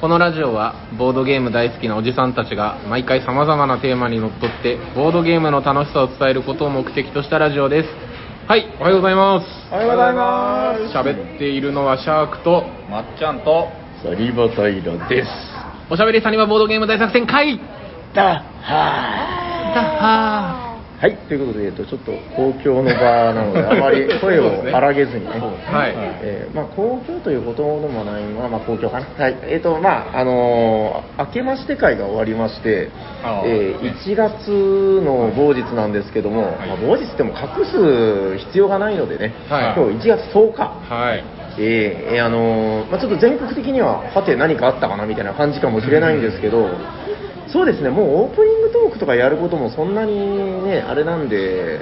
このラジオはボードゲーム大好きなおじさんたちが毎回さまざまなテーマにのっとってボードゲームの楽しさを伝えることを目的としたラジオですはいおはようございますおはようございます喋っているのはシャークとまっちゃんとサリバタイラですおしゃべりサニバボードゲーム大作戦会だはだはーはいということで、えっと、ちょっと公共の場なのであまり声を荒げずにねーはい、えーまあ、公共ということでもないのは、まあ、公共かな、はいえーとまああのー明けまして会が終わりまして、あーえー1月の某日なんですけども、はいまあ、某日っても隠す必要がないのでね、はい今日1月10日、はいえーえーあのーまあ、ちょっと全国的にははて何かあったかなみたいな感じかもしれないんですけどそうですねもうオープニングトークとかやることもそんなにねあれなんで、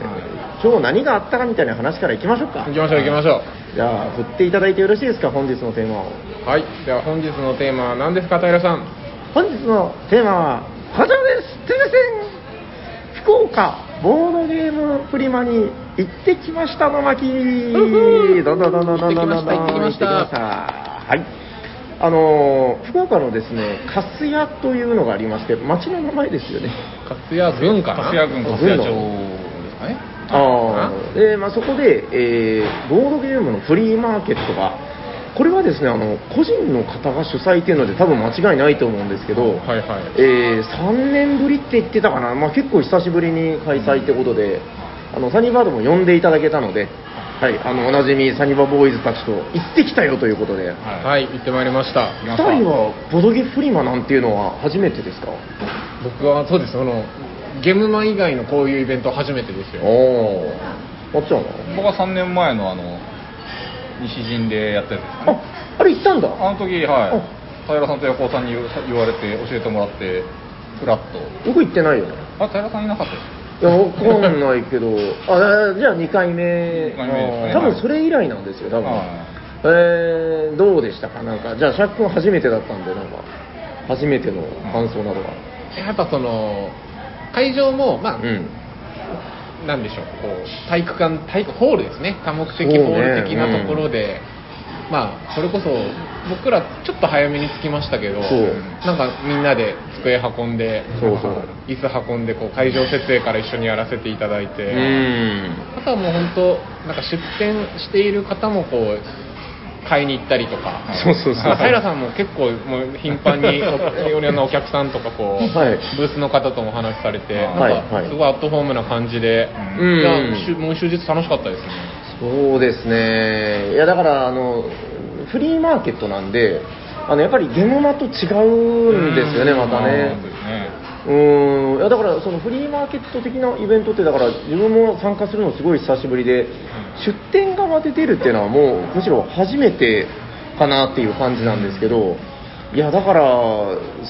今日何があったかみたいな話からいきましょうか行きましょう行きましょじゃあ振っていただいてよろしいですか本日のテーマをうはいでは本日のテーマは何ですか平さん本日のテーマはこちらですすいません福岡ボードゲームプリマに行ってきましたの巻ふうどんどんどんどんどんどんどんどん行ってきました行行っっててきましきたはいあのー福岡のですね粕屋というのがありまして町の名前ですよね粕谷郡かな粕谷郡あ粕谷町ですかねああで、まあ、そこで、えーボードゲームのフリーマーケットがこれはですねあの個人の方が主催っていうので多分間違いないと思うんですけど、はいはいえ3年ぶりって言ってたかな、まあ、結構久しぶりに開催ってことで、あのサニバードも呼んでいただけたので、はい、あのおなじみサニバボーイズたちと行ってきたよということで、はい行ってまいりました行き2ま人したはボドゲフリマなんていうのは初めてですか僕はそうですそのゲームマン以外のこういうイベント初めてですよおーもちろん僕は3年前のあの西陣でやったやつですかねああれ行ったんだあの時はあい平さんとヤコウさんに言う言われて教えてもらってフラッと僕行ってないよねあ平さんいなかったでいすやわかんないけどあじゃあ2回目二回目ですね多分それ以来なんですよ多分、はいえーどうでしたかなんかじゃあシャックン初めてだったんでなんか初めての感想などがやっぱその会場もまあ、うんなんでしょうこう体育館体育ホールですね多目的ホール的そうねなところで、まあそれこそ僕らちょっと早めに着きましたけどそうなんかみんなで机運んでそうそう椅子運んでこう会場設営から一緒にやらせていただいて、うんあとはもう本当なんか出店している方もこう買いに行ったりとかそうそうそう平さんも結構もう頻繁においろんなお客さんとかこう、はいブースの方ともお話しされて、はいなんはいかすごいアットホームな感じで、うんいやしゅもう終日楽しかったですねそうですねいやだからあのフリーマーケットなんであのやっぱりゲノマと違うんですよねうんまたねそうですねうーんいやだからそのフリーマーケット的なイベントってだから自分も参加するのすごい久しぶりで、出店側で出るっていうのはもうむしろ初めてかなっていう感じなんですけど、いやだから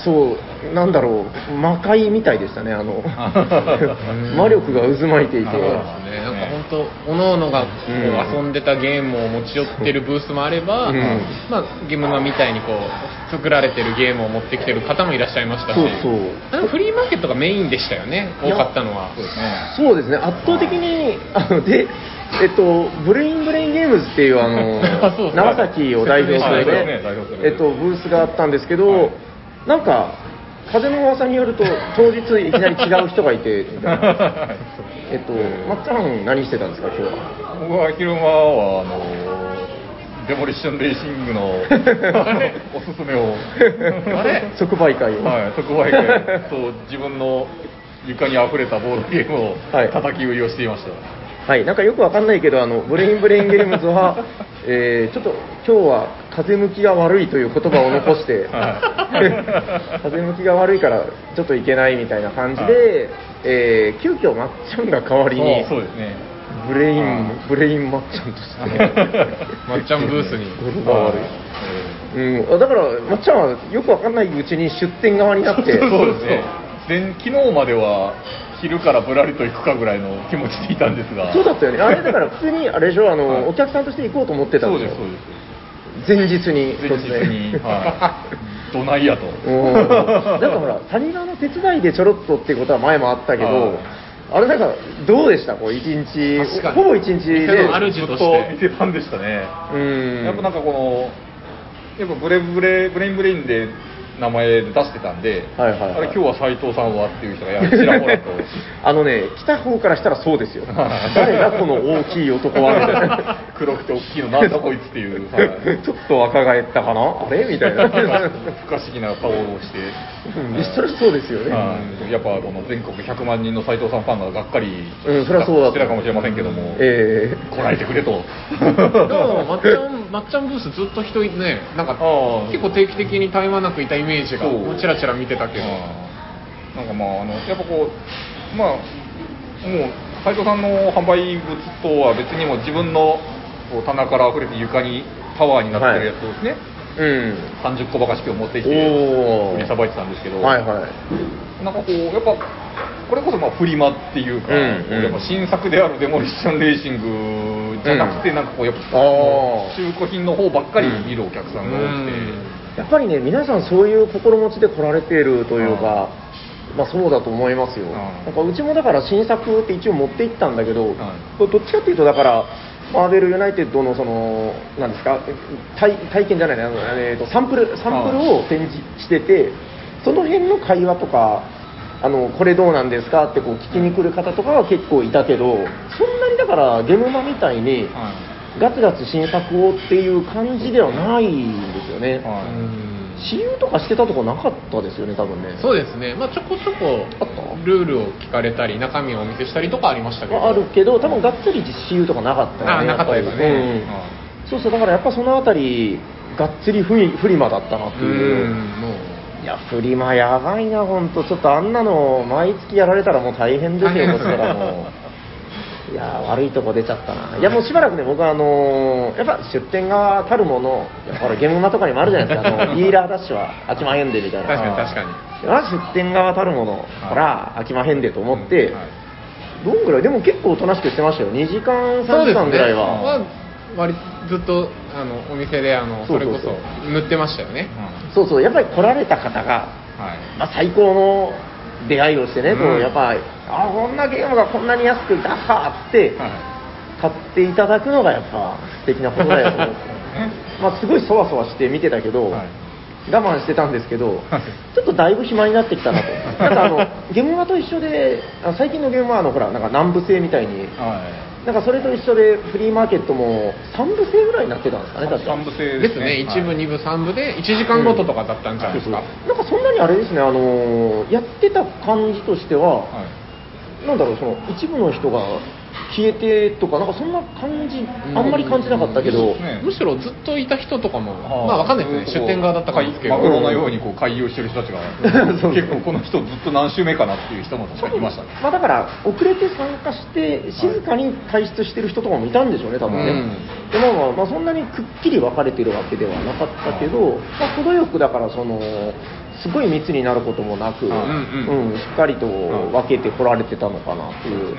そうなんだろう魔界みたいでしたねあの 魔力が渦巻いていてなるほどそうですねなんか本当各々がこううん遊んでたゲームを持ち寄ってるブースもあれば、うんまあ、ゲームマンみたいにこう作られてるゲームを持ってきてる方もいらっしゃいましたしそうそうあのフリーマーケットがメインでしたよね多かったのはそうですねそうですね、圧倒的に、あので、えっと、ブレインブレインゲームズっていうあ あそうのそう長崎を代表するはいね代表するえっと、ブースがあったんですけど、はいなんか、風の噂によると、当日いきなり違う人がいて、みたい なえっと、まっちゃん、何してたんですか、今日は。僕は昼間はあのデモリッションレーシング のあのおすすめをあれ即売会を、はい、特売会そう自分の床に溢れたボードゲームをはい叩き売りをしていました、はい、なんかよくわかんないけど、あのブレインブレインゲームズ は、えーちょっと今日は風向きが悪いという言葉を残 して、は 風向きが悪いからちょっといけないみたいな感じで、えー急遽まっちゃんが代わりにそうそうですねブレイン、はいブレインまっちゃんとして、まっちゃんブースに語呂が悪いは。 うん、あだから、まっちゃんはよくわかんないうちに出店側になって、そうですねで昨日までは昼からぶらりと行くかぐらいの気持ちでいたんですがそうだったよね、あれだから普通に、あれでしょ、あの、はいお客さんとして行こうと思ってたんそうでですすよそうで、前日に、す前日に、突然 はい、どないやと うんなんかほら、谷川の手伝いでちょろっとってことは前もあったけはいど、あれなんか、どうでした、こう一日確か、にほぼ一日で、店の主ずとっしとて見てたんでしたねうん、やっぱなんかこの、やっぱブレブレ、ブレインブレインで名前で出してたんで、はいはいはいあれ今日は斎藤さんはっていう人がやちらほらと あのね、来た方からしたらそうですよ。誰だこの大きい男はみたいな。黒くて大きいのなんだこいつっていう、 はいちょっと若返ったかなあれみたいな。不可思議な顔をして、うんそりゃそうですよね。はいやっぱこの全国100万人の斎藤さんファンががっかりうんそりゃそうだしてたかもしれませんけども、ええこらえてくれと。でもまっちゃんまっちゃんブースずっと人いてねなんかあー結構定期的に絶え間なくいたイメージがそうもうチラチラ見てたけどうんなんかまああのやっぱこうまあもう斉藤さんの販売物とは別にもう自分のこう棚から溢れて床にタワーになってるやつをですね、うん。 30個ばかしを持ってきておー売りさばいてたんですけど、はいはい。なんかこうやっぱこれこそまあフリマっていうか、うんうんやっぱ新作であるデモリッションレーシングじゃなくて、うんなんかこうやっぱあー中古品の方ばっかり見るお客さんが多くて。やっぱりね、皆さんそういう心持ちで来られているというか、まあそうだと思いますよ。うんなんかうちもだから新作って一応持って行ったんだけど、んこれどっちかっていうとだから、マーベルユナイテッドのその、なんですか、体体験じゃないね、あのえーとサンプル、サンプルを展示してて、その辺の会話とか、あのこれどうなんですかってこう聞きに来る方とかは結構いたけど、そんなにだからゲムマみたいに、はいガツガツ新作をっていう感じではないんですよね。はいうん私有とかしてたとこなかったですよね、多分ね。そうですね、まあ、ちょこちょこあったルールを聞かれたり中身をお見せしたりとかありましたけどああるけど、多分がっつり私有とかなかったよね。あなかったですねやぱりううんはいそうそう、だからやっぱそのあたり、がっつりフリフリマだったなってういう。んもういや、フリマやばいな、ほんと。ちょっとあんなの、毎月やられたらもう大変ですよ、大変こでっちすからもう。いや悪いとこ出ちゃったな。いや、もうしばらくね、僕はあのーやっぱ出店側たるもの、いやほら、ゲームマとかにもあるじゃないですか、あの、ディーラーダッシュは8万円でみたい確な。かに確かにいや出店側たるもの、ほら、飽きまへんでと思って、はいどんぐらい、でも結構おとなしくしてましたよ、2時間、3時間ぐらいは、まあ割ずっとあのお店であのそそうれそうこそうそ塗ってましたよねそうそうやっぱり来られた方が、はいまあ、最高の出会いをしてね、うんこうやっぱ、あこんなゲームがこんなに安く、ダッハーっては買っていただくのが、やっぱ素敵なことだよと思って、まあ、すごいそわそわして見てたけど、はい我慢してたんですけど、ちょっとだいぶ暇になってきたなと、なんかあのゲームマと一緒で、あ最近のゲームはあのほら、なんか南部製みたいに。はなんかそれと一緒でフリーマーケットも3部制ぐらいになってたんですかね、確か三部制ですね一部二部三部で1時間ごととかだったんじゃないですか、なんかそんなにあれですね、あのーやってた感じとしては、なんだろう、その一部の人が消えてとか、なんかそんな感じ、あんまり感じなかったけうんど、そうですねむしろずっといた人とかもまあわかんないですね出店側だったかもですけどマグロのようにこう開業してる人たちがそう結構この人ずっと何週目かなっていう人も確かにいましたねまあ、だから、遅れて参加して、静かに退出してる人とかもいたんでしょうね、多分ね。うんでまあまあまあ、そんなにくっきり分かれてるわけではなかったけど、まあ、程よくだから、その、すごい密になることもなく、うんうんうんしっかりと分けてこられてたのかなっていう。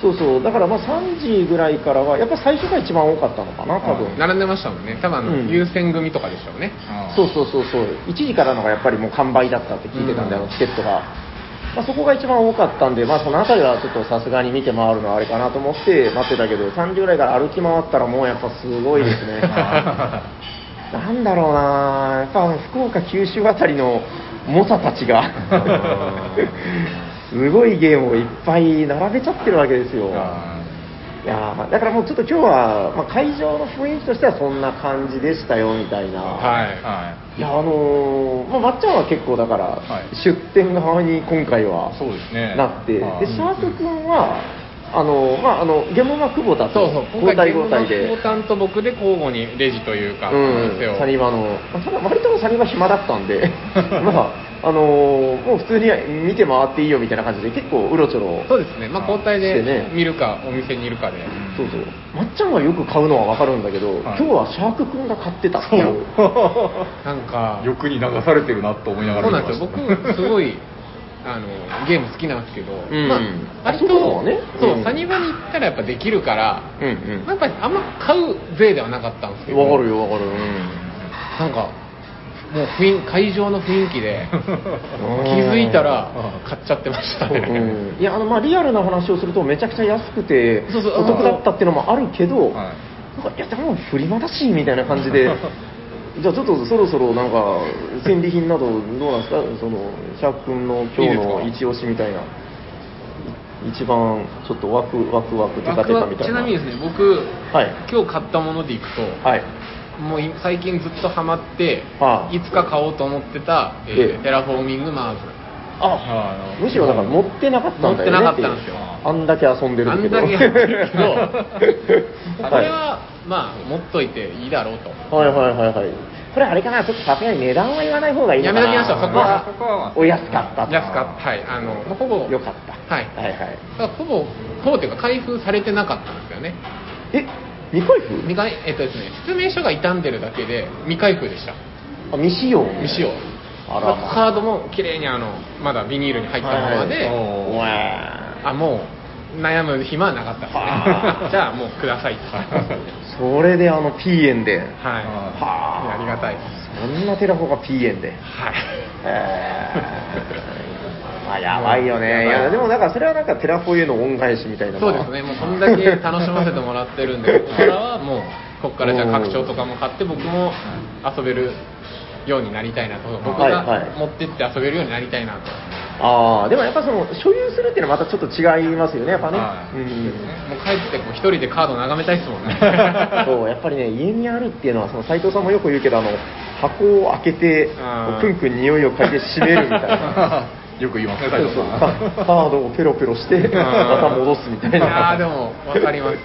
そうそう、だからまあ3時ぐらいからは、やっぱ最初が一番多かったのかな、多分。並んでましたもんね多分あの、うん優先組とかでしたよねそうそうそうそう、1時からのがやっぱりもう完売だったって聞いてたんで、うんあのチケットが。まあ、そこが一番多かったんで、まあ、その辺りはちょっとさすがに見て回るのはあれかなと思って待ってたけど、3時ぐらいから歩き回ったらもうやっぱすごいです ね。なんだろうなやっぱ福岡、九州あたりの猛者たちが、すごいゲームをいっぱい並べちゃってるわけですよ。いやーだからもうちょっと今日は、まあ、会場の雰囲気としてはそんな感じでしたよみたいな、はいい、やあのーまあ、まっちゃんは結構だから、はい出店側に今回はそうですねなって、はでいシャーク君は、あのーまあ、あのゲームマ久保田そとうそう交今回代ゲー交ムマ代で久。保田と僕で交互にレジというか、う店ん、をサニバの、まあただ割とサニバ暇だった んで、まああのーもう普通に見て回っていいよみたいな感じで、結構うろちょろそうですねまあ交代してねで見るかお店にいるかで、そうそうまっちゃんはよく買うのは分かるんだけど、はい今日はシャーク君が買ってたっていうなんか 欲に流されてるなと思いながらそうなんですよ見てました僕すごいあのゲーム好きなんですけど、んまあ、割とそういうことはねそううんサニバに行ったらやっぱできるから、うんまあやっぱりあんま買う税ではなかったんですけど分かるよ分かるなんかもう雰囲会場の雰囲気で気づいたら買っちゃってましたね、うん、いやあのまあリアルな話をするとめちゃくちゃ安くてそうそうお得だったっていうのもあるけど、はいなんかいやでもフリマだしみたいな感じではいじゃあちょっとそろそろなんか戦利品などどうなんですかそのシャーク君の今日のいいです一か押しみたいな一番ちょっとワクワクワクテカテカみたいなちなみにですね僕はい今日買ったものでいくと、はいもうい最近ずっとハマって、はいつか買おうと思ってた、えーええテラフォーミングマーズああのむしろだから持ってなかったんだよねていう持ってなかあんだけ遊んであるけんどだけやってるけど これはは、まあ持っといていいだろうとい、はいはいはいはいこれあれかなちょっとさすがに値段は言わない方がいいのかなやめときましょうそこはそこはお安かったと安かったはいあのもうほぼよかったはいはいはいだからほぼほぼっていうか開封されてなかったんですよねえ未開封未開えっとですね説明書が傷んでるだけで未開封でしたあ未使用未使用あらまあカードも綺麗にあのまだビニールに入ったままで、はいはいお前あもう悩む暇はなかったですはね じゃあもうください とそれであの P 円ではいははあありがたいですそんなテラフォが P 円ではいえー まあやばいよねいやでもなんかそれはなんかテラフォへの恩返しみたいなのそうはですねもうこんだけ楽しませてもらってるんでここからはもうここからじゃあ拡張とかも買って僕も遊べるようになりたいなと僕がはいはい持ってって遊べるようになりたいなとああでもやっぱその所有するっていうのはまたちょっと違いますよねやっぱね、はい うんもう帰ってこう一人でカード眺めたいですもんねそうやっぱりね家にあるっていうのはその斉藤さんもよく言うけどあの箱を開けてあークンクン匂いを嗅いで閉めるみたいな よく言いますねそう斉藤そうさんカカードをペロペロしてまた戻すみたいいやなーでも分かります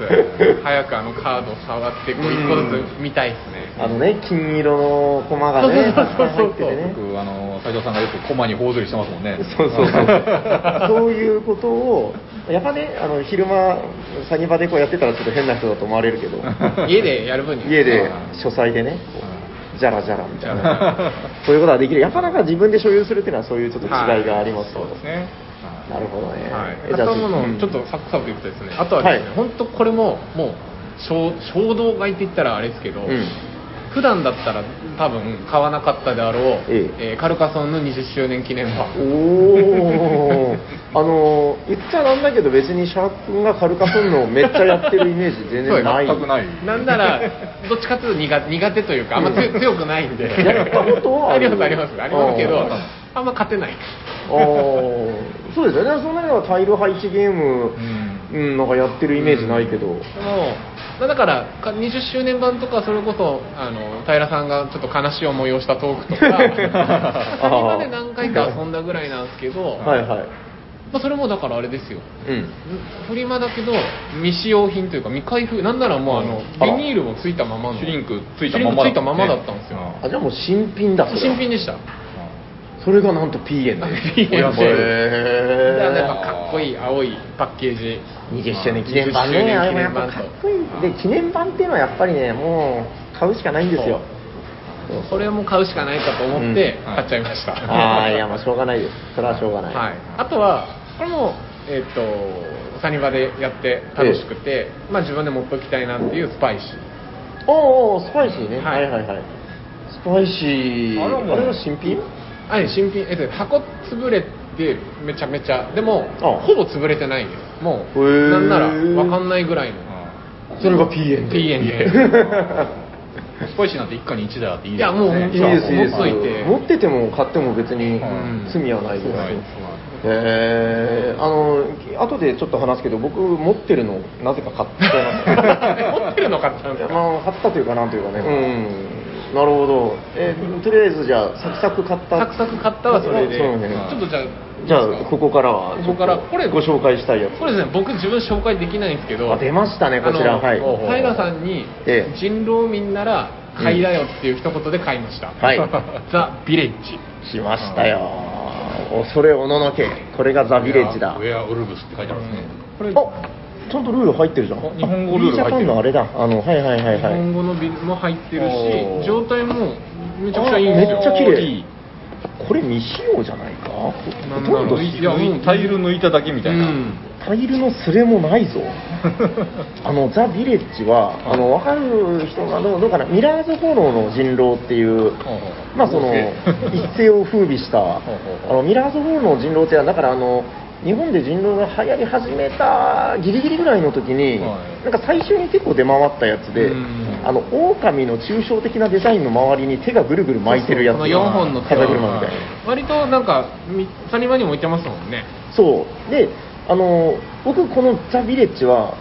早くあのカードを触ってこう一個ずつ見たいですねあのね金色のコマがねそうそうそうそう入っててね 僕あの斉藤さんがよくコマに頬ずりしてますもんねそうそ うそう そういうことをやっぱねあの昼間サニバでこうやってたらちょっと変な人だと思われるけど家でやる分には家で書斎でねこうじゃらじゃらみたいな そういうことができるやっぱなんか自分で所有するっていうのはそういうちょっと違いがありますよはいそうですねなるほどね、はいえ、じゃあ買ったもうのんをちょっとサクサクいくとですね、あとはですはね、い本当これももう衝衝動買いって言ったらあれですけど、うん普段だったら多分買わなかったであろう、ええーカルカソンの20周年記念版おおあの言っちゃなんだけど別にシャーク君がカルカソンヌをめっちゃやってるイメージ全然 ない全くないなんならどっちかというと苦苦手というかあんま強,、うん強くないんでやったことはあ あるりますありますありますけどああんま勝てないおーそうですよねそんなのはタイル配置ゲームう、んうん、なんかやってるイメージないけど、でもまあだからか20周年版とかそれこそあの平さんがちょっと悲しい思いをしたトークとかサニバで何回か遊んだぐらいなんですけど、はいはいまあ、それもだからあれですようんフリマだけど未使用品というか未開封なんならもうあのあらビニールもついたままのシュリンクついたままシュリンクついたままだったんですよあじゃあもう新品だそれは新品でしたそれがなんと P 円で P 円でだからへーやっぱかっこいい青いパッケージ20周年記念版ね、 20あ周れも年や記念版っぱかっこいい、で記念版っていうのはやっぱりね、もう買うしかないんですよ、とそれも買うしかないかと思ってうん買っちゃいました、ああ、いや、もうしょうがないです、それはしょうがない、はい、あとはこれも、えっとサニバでやって楽しくて、まあ、自分で持っときたいなっていうスパイシーおーおー、スパイシーね、は、はいいはいはいスパイシー、あれはもうあれは新品あれ新品、えっと、箱潰れてめちゃめちゃでもあほぼ潰れてないですもへーうなんなら分かんないぐら いのそれが P 円で、 P 円でスパイシーなんて一家に一台あっていいいやもういい本です、いいです持っといて、持ってても買っても別にうん罪はないですはいえー、あの後でちょっと話すけど僕持ってるのなぜか買っ ちゃいました持ってるの買ったんですかまあ、買ったというか、なんというかね、うん、なるほど、えーとりあえずじゃあ、サクサク買った、サクサク買ったはそれでそうねちょっとじゃあじゃあ、ここからは、ここからちょっとこれご紹介したいやつ、これですね僕自分紹介できないんですけどあ出ましたね、こちあら、のはい、おう平さんにええ人狼民なら買いだよっていう一言で買いました、はい ザ・ビレッジ来ましたよ、恐れおののけ、これがザ・ビレッジだウ、ェアオルブスって書いてあるんですねこれあちゃんとルール入ってるじゃん、あ日本語ルール入っあ B ジてるャパンのあれだ、あのはいはいはい日はい、本語のビも入ってるおーし状態もめちゃくちゃいいんですよめっちゃ綺麗いいこれ未使用じゃないか、ほなんだとろんうどいやもうタイル抜いただけみたいうな、 んタイルのすれもないぞ。あのザ・ビレッジは、あの分かる人がどうどうかな、ミラーズ・フォローの人狼っていう、まあ、その一世を風靡した、あほうほうほのうミラーズ・フォローの人狼っていうのは、だからあの日本で人狼が流行り始めたギリギリぐらいの時に、はいなんか最初に結構出回ったやつでうん、あの狼の抽象的なデザインの周りに手がぐるぐる巻いてるやつこの4本のツアー風車みたいな割となんかみサニバにも置いてますもんねそうであの僕このザ・ヴィレッジは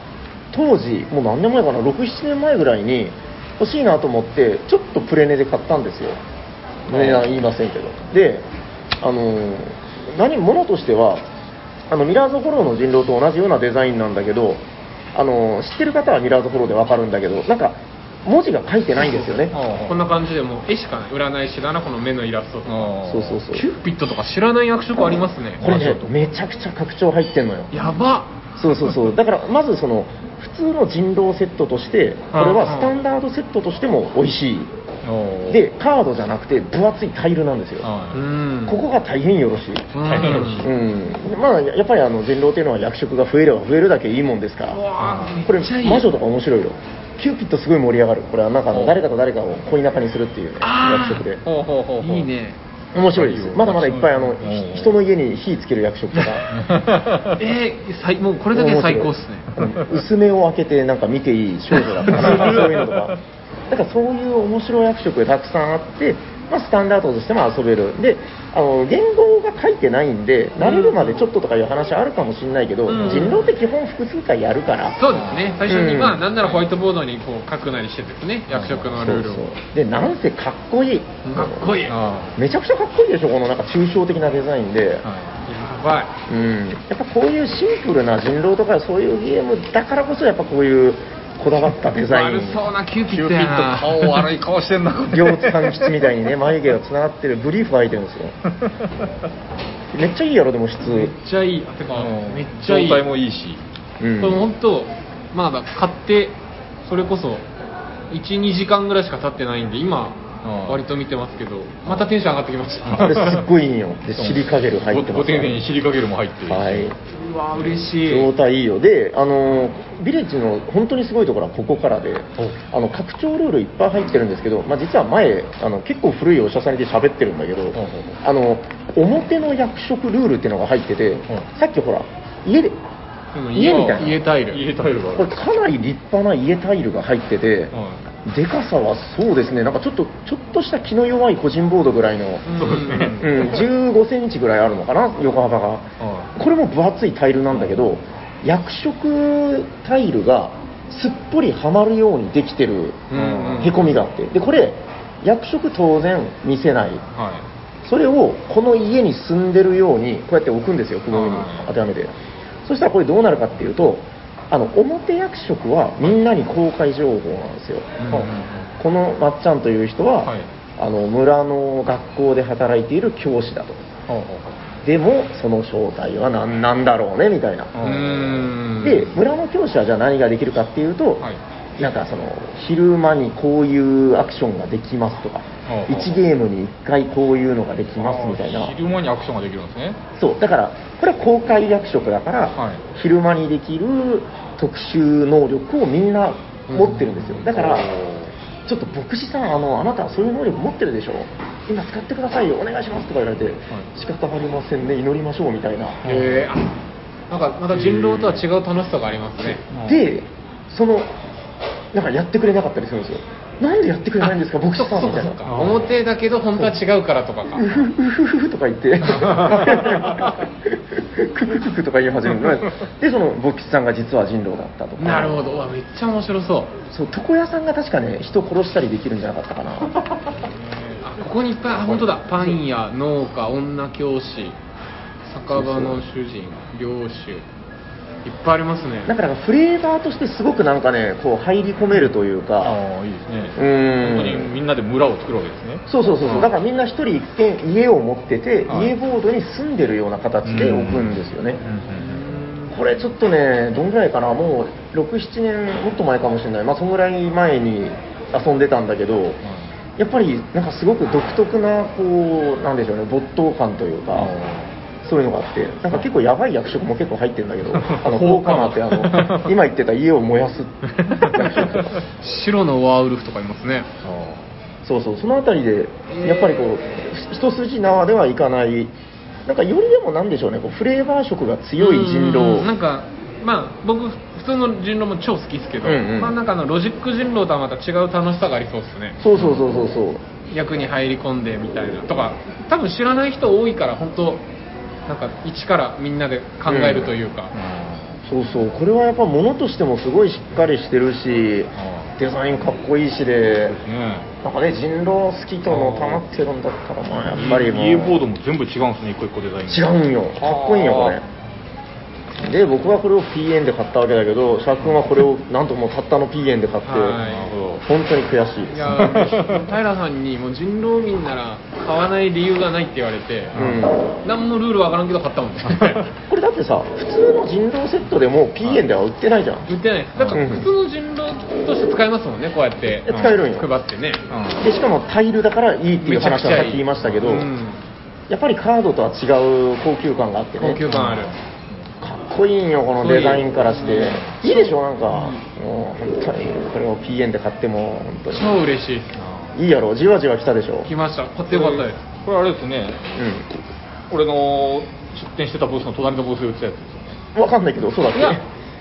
当時もう何年前かな67年前ぐらいに欲しいなと思ってちょっとプレネで買ったんですよ値段言いませんけどであの何物としてはあのミラーズ・フォローの人狼と同じようなデザインなんだけどあの知ってる方はミラーズ・フォローでわかるんだけどなんか文字が書いてないんですよねああこんな感じでもう絵しかない占い師だなこの目のイラストとかああそうそうそうキューピッドとか知らない役職ありますねこれねめちゃくちゃ拡張入ってんのよやばそうそうそう、だからまずその普通の人狼セットとして、これはスタンダードセットとしても美味しおい、ーで、カードじゃなくて、分厚いタイルなんですよ、こはうい んこが大変よろしい、うん大変よろしいうんまあ、やっぱりあの人狼っていうのは役職が増えれば増えるだけいいもんですかうら、わーこれ、めっちゃいい魔女とか面白いよ、キューピッドすごい盛り上がる、これはなんかあのお誰かと誰かを恋仲にするっていうね、あー役職で。ほうほうほうほういいね面白いですよまだまだいっぱいあのうんひ人の家に火つける役職とかえー、さいもうこれだけで最高っすね面白いうん薄めを開けてなんか見ていい少女 だとかなんかそういうのとかだからそういう面白い役職がたくさんあって、まあ、スタンダードとしても遊べるであの言語が書いてないんで慣れるまでちょっととかいう話あるかもしれないけど、うん人狼って基本複数回やるからそうですね最初にうんまあなんならホワイトボードにこう書くなりしてですね役職のルールをそうそうでなんせかっこいいかっこいいやあめちゃくちゃかっこいいでしょこのなんか抽象的なデザインで、あはばいうん、やっぱこういうシンプルな人狼とかそういうゲームだからこそやっぱこういうこだわったデザイン悪そうなキューいピキッドューピやッなド顔悪 い顔してんな これ両津勘吉みたいにね眉毛がつながってるブリーフが開いてるんですよめっちゃいいやろでも質めっちゃいいあてか うんめっちゃいい状態もいいしうんこれ本当まだ買ってそれこそ12時間ぐらいしか経ってないんで今うん割と見てますけどまたテンション上がってきましこれすたっごいいいよで尻かげる入ってまごごす丁寧に尻かけるも入ってるしはい、 うわ嬉しい状態いいよであのービレッジの本当にすごいところはここからであの拡張ルールいっぱい入ってるんですけど、まあ、実は前あの結構古いお医者さんに喋ってるんだけど、ほうあの表の役職ルールっていうのが入ってて、さっきほら家でうん家みたいな家タイル入れタイルがあこれるかなり立派な家タイルが入ってて、はでかさはそうですねなんかちょっとちょっとした気の弱い個人ボードぐらいの、んそうですねうん、15センチぐらいあるのかな横幅がはこれも分厚いタイルなんだけど役職タイルがすっぽりはまるようにできてるうんうんへこみがあってでこれ役職当然見せないはそれをこの家に住んでるようにこうやって置くんですよくぐみにあー当てはめてそしたらこれどうなるかっていうとあの表役職はみんなに公開情報なんですよ、うんうんうんこのまっちゃんという人は、はいあの村の学校で働いている教師だとほうほうでもその正体は何なんだろうねみたいな、うーんで村の教師はじゃあ何ができるかっていうと、はいなんかその昼間にこういうアクションができますとか、うん1ゲームに1回こういうのができますみたいあなー昼間にアクションができるんですねそうだからこれは公開役職だから、はい昼間にできる特殊能力をみんな持ってるんですよ、だからちょっと牧師さんあのあなたはそういう能力持ってるでしょ今使ってくださいよお願いしますとか言われて、仕方ありませんね祈りましょうみたいな、へえあなんかまた人狼とは違う楽しさがありますねうんでそのなんかやってくれなかったりするんですよなんでやってくれないんですか牧師さんみたいなそうかそうか表だけど本当は違うからとかかうふふふふとか言って、ククククとか言い始めるので、その牧師さんが実は人狼だったと か、なるほどうわめっちゃ面白そうそう床屋さんが確かね、人殺したりできるんじゃなかったかな、あここにいっぱいあ本当だパン屋農家女教師酒場の主人領主いっぱいありますねなんかなんかフレーバーとしてすごくなんかね、こう入り込めるというか、ああいいですねうーん本当にみんなで村を作るわけですねそうそうそうそう、だからみんな一人一軒家を持ってて、はい家ボードに住んでるような形で置くんですよね。うんこれちょっとね、どんぐらいかな、もう6、7年、もっと前かもしれない、まあ、そんぐらい前に遊んでたんだけど、やっぱりなんかすごく独特な、こう、なんでしょうね、没頭感というか、そういうのがあって、なんか結構やばい役職も結構入ってるんだ けど、あの、放火魔って、あ の、今言ってた家を燃やす役職とか、 白のワーウルフとかいますねそうそう、そのあたりで、やっぱりこう、一筋縄ではいかない、なんかよりでもなんでしょうね、こうフレーバー色が強いうん人うんうんなん狼。かまあ僕普通の人狼も超好きですけど、うんうんまあなんかあのロジック人狼とはまた違う楽しさがありそうですねそうそうそうそうそう役に入り込んでみたいなとか多分知らない人多いから本当なんか一からみんなで考えるというか、そうそうこれはやっぱ物としてもすごいしっかりしてるしデザインかっこいいしでねなんかね人狼好きとのたまってるんだったらまあやっぱりもう家ボードも全部違うんですね一個一個デザイン違うんよかっこいいんよこれで僕はこれを P 円で買ったわけだけどシャーク君はこれをなんともうたったの P 円で買ってはいなるほど本当に悔しいでいすや ー平さんにもう人狼民なら買わない理由がないって言われて、うん何もルールわからんけど買ったも んねこれだってさ普通の人狼セットでも P 円では売ってないじゃん売ってないですだからうん普通の人狼として使えますもんねこうやって使えるんよ配ってねうんでしかもタイルだからいいっていう話はさっき言いましたけど、うんやっぱりカードとは違う高級感があってね高級感ある、かっこいいんよこのデザインからしていいでしょなんかもう本当にこれを P 円で買っても本当に超嬉しいでいいやろじわじわ来たでしょす来ました買ってよかったですこれあれですねう俺の出店してたブースの隣のブースで売ってたやつですよねんわかんないけどそうだっいやけ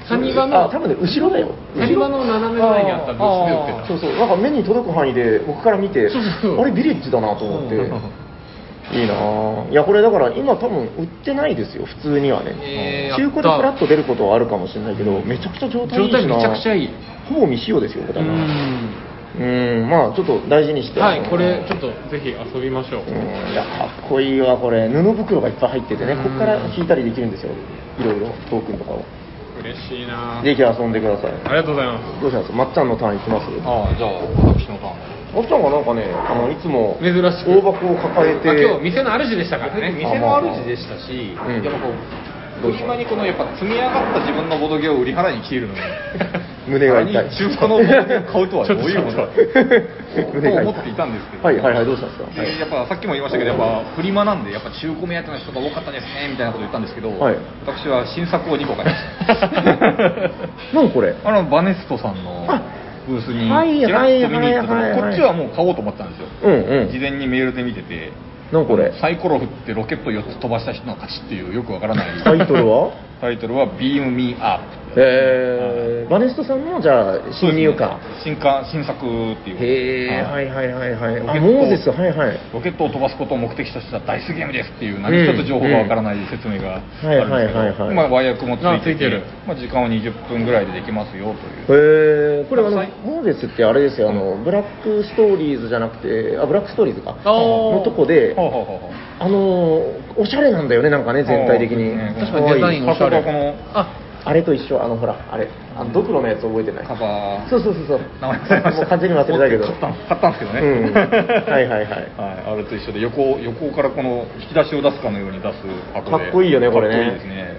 サニバあの多分ね後ろだよサニバの斜め前にあったブースで売ってたそうそうなんか目に届く範囲で僕から見てそうそうそうあれビレッジだなと思っていいなぁいやこれだから今多分売ってないですよ普通にはね、えー中古でやったフラッと出ることはあるかもしれないけどめちゃくちゃ状態いいしな状態めちゃくちゃいいほぼ未使用ですよこれうだなんうんまあちょっと大事にしてはいこれちょっととぜひ遊びましょう、いやかっこいいわこれ布袋がいっぱい入っててねここから引いたりできるんですよいろいろトークンとかを嬉しいなぜひ遊んでくださいありがとうございますどうしますまっちゃんのターンいきますああじゃあ私のターンまっちゃんがなんかねあのいつも珍しく大箱を抱えてまあ、今日店の主でしたからね店の主でしたし、うんやっぱこう、フリマにこのやっぱ積み上がった自分のボドゲを売り払いに来ているのに、 胸が痛いあれに中古のボドゲを買うとはどういう ことだと 胸が痛思っていたんですけど、はいはいはいどうしたんですかはいでやっぱさっきも言いましたけど、やっぱフリマなんで、やっぱ中古目当ての人が多かったですねみたいなこと言ったんですけど、はい私は新作を2個買い ま した。何これあのバネストさんのあブースにはいちらっと見に行ったとこはいはいはいはいこっちはもう買おうと思ってたんですよ、うんうん事前にメールで見てて何これサイコロ振ってロケット4つ飛ばした人の勝ちっていうよくわからないタイトルはタイトルは「ビーム・ミー・アップ」えー、バネストさんのじゃあそう新です入ね荷新刊新作っていうへえははいいはいはいはいロケあットモーゼスはいはいロケットを飛ばすことを目的としたダイスゲームですっていう何一つ情報がわからない説明があるんですけうんはいはいはいはどいまあ和訳もついてあついてるまあ、時間を20分ぐらいでできますよというへえこれあのはいモーゼスってあれですよあのブラックストーリーズじゃなくてあブラックストーリーズかあーのとこでほうほうほうほうあのーおしゃれなんだよねなんかね全体的にそうで確すねかにデザインおしゃれ箱がこのああれと一緒あのほらあれあのドクロのやつ覚えてないカバーそうそうそうそう名前忘れましたもう完全に忘れたけど買ったの買ったんですけどね、 うんはいはいはいあれと一緒で横横からこの引き出しを出すかのように出す箱でかっこいいよねこれねかっこいいですね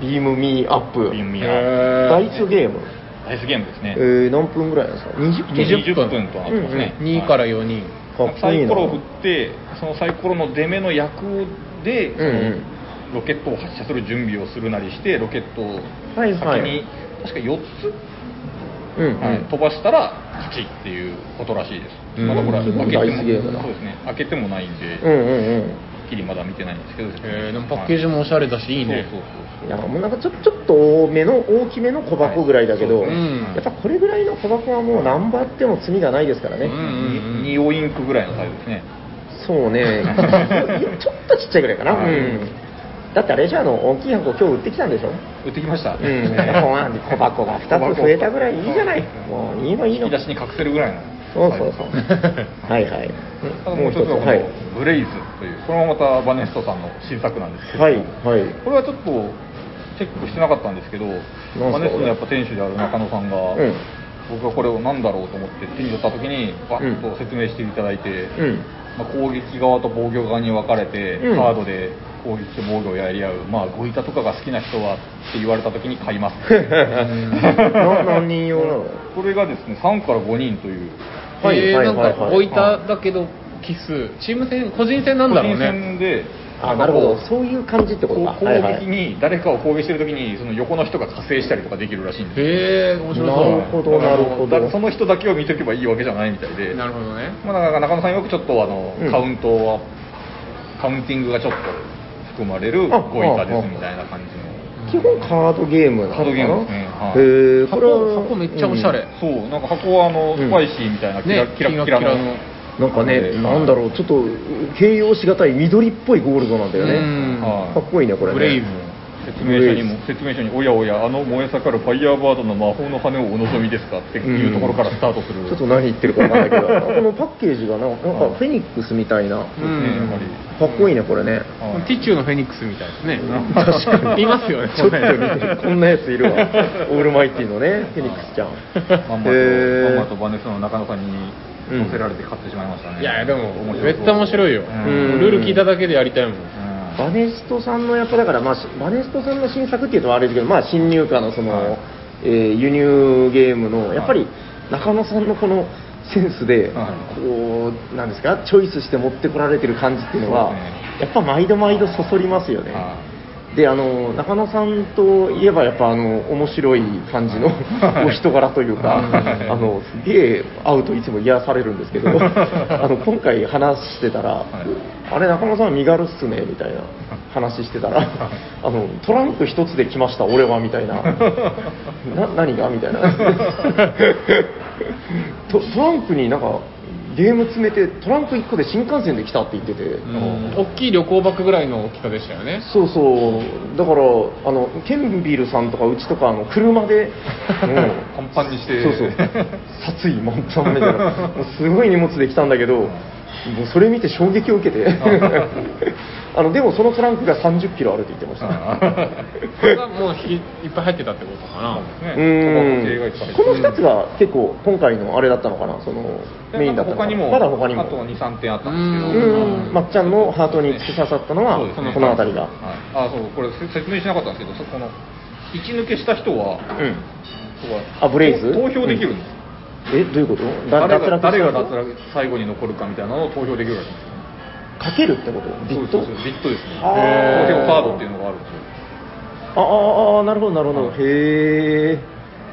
ビームミーアップビームミーアダイスゲームダイスゲームですね、えー、何分ぐらいなんですか20分20 20分分となってますね、うん2から4人、かっこサいいイなコロを振ってそのサイコロの出目の役で、うんうんそのロケットを発射する準備をするなりしてロケットをはい先に、はい確か4つ、うんうん、はい飛ばしたら勝ちっていうことらしいです、うんまだこれすごい開けダイてもスゲームだそうですね開けてもないんで、うんうんはっきりまだ見てないんですけど、えー、でもパッケージもおしゃれだしいいねそううそうんいやもうなんかちょちょっと多めの大きめの小箱ぐらいだけど、はいそうですねやっぱこれぐらいの小箱はもう何番あっても罪がないですからね、うんうん2オインクぐらいのサイズですねそう ねちょっとちっちゃいぐらいかな、はいうんだってあれじゃあの大きい箱今日売ってきたんでしょ売ってきました、うん 小箱小箱が2つ増えたぐらいいいじゃないもういいのいい引のき出しに隠せるぐらいのそうそうそうサイ ズはいはいあともう一つはこはのいブレイズというこれもまたバネストさんの新作なんですけど、はいはいこれはちょっとチェックしてなかったんですけどすかバネストのやっぱ店主である中野さんが、うん僕がこれを何だろうと思って手に取った時にバッと説明していただいて、うんまあ、攻撃側と防御側に分かれて、うんカードで攻撃と防御をやり合う、まあ、ゴイタとかが好きな人はって言われたときに買います な何人用な のこれがですね3から5人というはいえーはいなんはいかはい置いただけど奇数チーム戦個人戦なんだろう個人ね戦であなるほこどうそういう感じってこことうか攻はいはい撃に誰かを攻撃してるときにその横の人が加勢したりとかできるらしいんですよへえ面白なるそほどなるほだからそどの人だけを見とけばいいわけじゃないみたいでうなるほどねまあ、なんか中野さんよくちょっとあの、うんカウントはカウンティングがちょっと含まれるあごいたでああすみたいな感じ基の本カードゲームなのかなカードゲームですねはへいえこれ箱は箱めっちゃおしゃれ、そうなんか箱はあのうんスパイシーみたいな、キねラキラキラのキラキラのなんかね、うんなんだろう、ちょっと形容しがたい緑っぽいゴールドなんだようね。んはいかっこいいね、これ、ね。ブレイブ説明書にも説明書に「おやおやあの燃え盛るファイヤーバードの魔法の羽をお望みですか?」っていうところからスタートする、ちょっと何言ってるかわかんないけど、このパッケージがななんかはいフェニックスみたいな、うそうですねやんはかりっこいいね、これね。はいティッチューのフェニックスみたいですね確かにいますよね ちょっと似てるこんなやついるわ。オールマイティのね、フェニックスちゃん。まんまと、へーまんまとバネスの中野さんに乗せられて買ってしまいましたね。いやでも白めっそうちゃ面白いよ、うんうんルール聞いただけでやりたいもん、バネストさんのやっぱだから、まあ、しバネストさんの新作っていうのはあれですけど、まあ、新入荷のその、はいえー輸入ゲームの、はいやっぱり中野さんのこのセンスで、はいこう、なんですか、チョイスして持ってこられてる感じっていうのは、そうですやっぱ毎度毎度そそりますよね。はであの中野さんといえばやっぱあの面白い感じのお人柄というかはいあのすげえ会うといつも癒されるんですけどあの今回話してたら、いあれ中野さん身軽っすねみたいな話してたらあのトランク一つで来ました俺はみたいなな何がみたいなトトランクになんかゲーム詰めてトランク1個で新幹線で来たって言ってて。うん大きい旅行バッグぐらいの大きさでしたよねそうそう、だから、あのケンビルさんとかうちとか、あの車 で、いパンパンにしうて。そうそう、殺意満タンみたいな、もうすごい荷物で来たんだけど、もうそれ見て衝撃を 受けて、あのでもそのトランクが30キロあるって言ってま した、これがもうひいっぱい入ってたってことかなねう賭博系がいんっぱい入ってるこの2つが結構、今回のあれだったのかな、そのメインだったの他かにな、も、まだ他にもあ、と2、3点あったうんですけど。ん、まっちゃんのハートに突き刺さったのは、そうですねこの辺りがはい。あ、そう、これせ説明しなかったんですけど、そこの、一抜けした人は、うんここはあブレイズ投票できるんです。えどういうことだ誰しが誰たが人脱落最後に残るかみたいなのを投票できるらしいんですよかけるってことビットそうですビットですね投あー票カードっていうのがあるんですよあああなるほどなるほど、はいへえ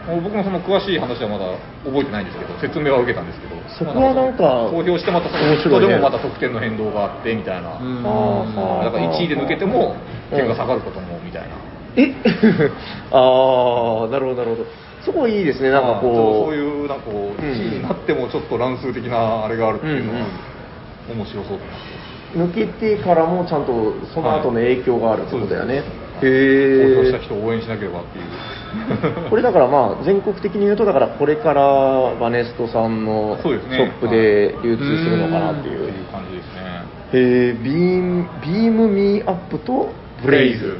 もう僕もその詳しい話はまだ覚えてないんですけど説明は受けたんですけどそこはなんかまあ投票してまたその面人白いねでもまた得点の変動があってみたいな、うんあーだから1位で抜けてもうん点が下がることもみたいな、え ああなるほどなるほどそこいいですねなんかこうまあそうそういうなんかこううん1位になってもちょっと乱数的なあれがあるっていうのはうん面白そうだな抜けてからもちゃんとその後の影響があるってことだよね、そうです投票へしたえ 人を応援しなければっていうこれだからまあ全国的に言うとだからこれからバネストさんのシそうョですねップで流通するのかなっていっう,、ていう感じですねへえビームビームミーアップとブレイズですね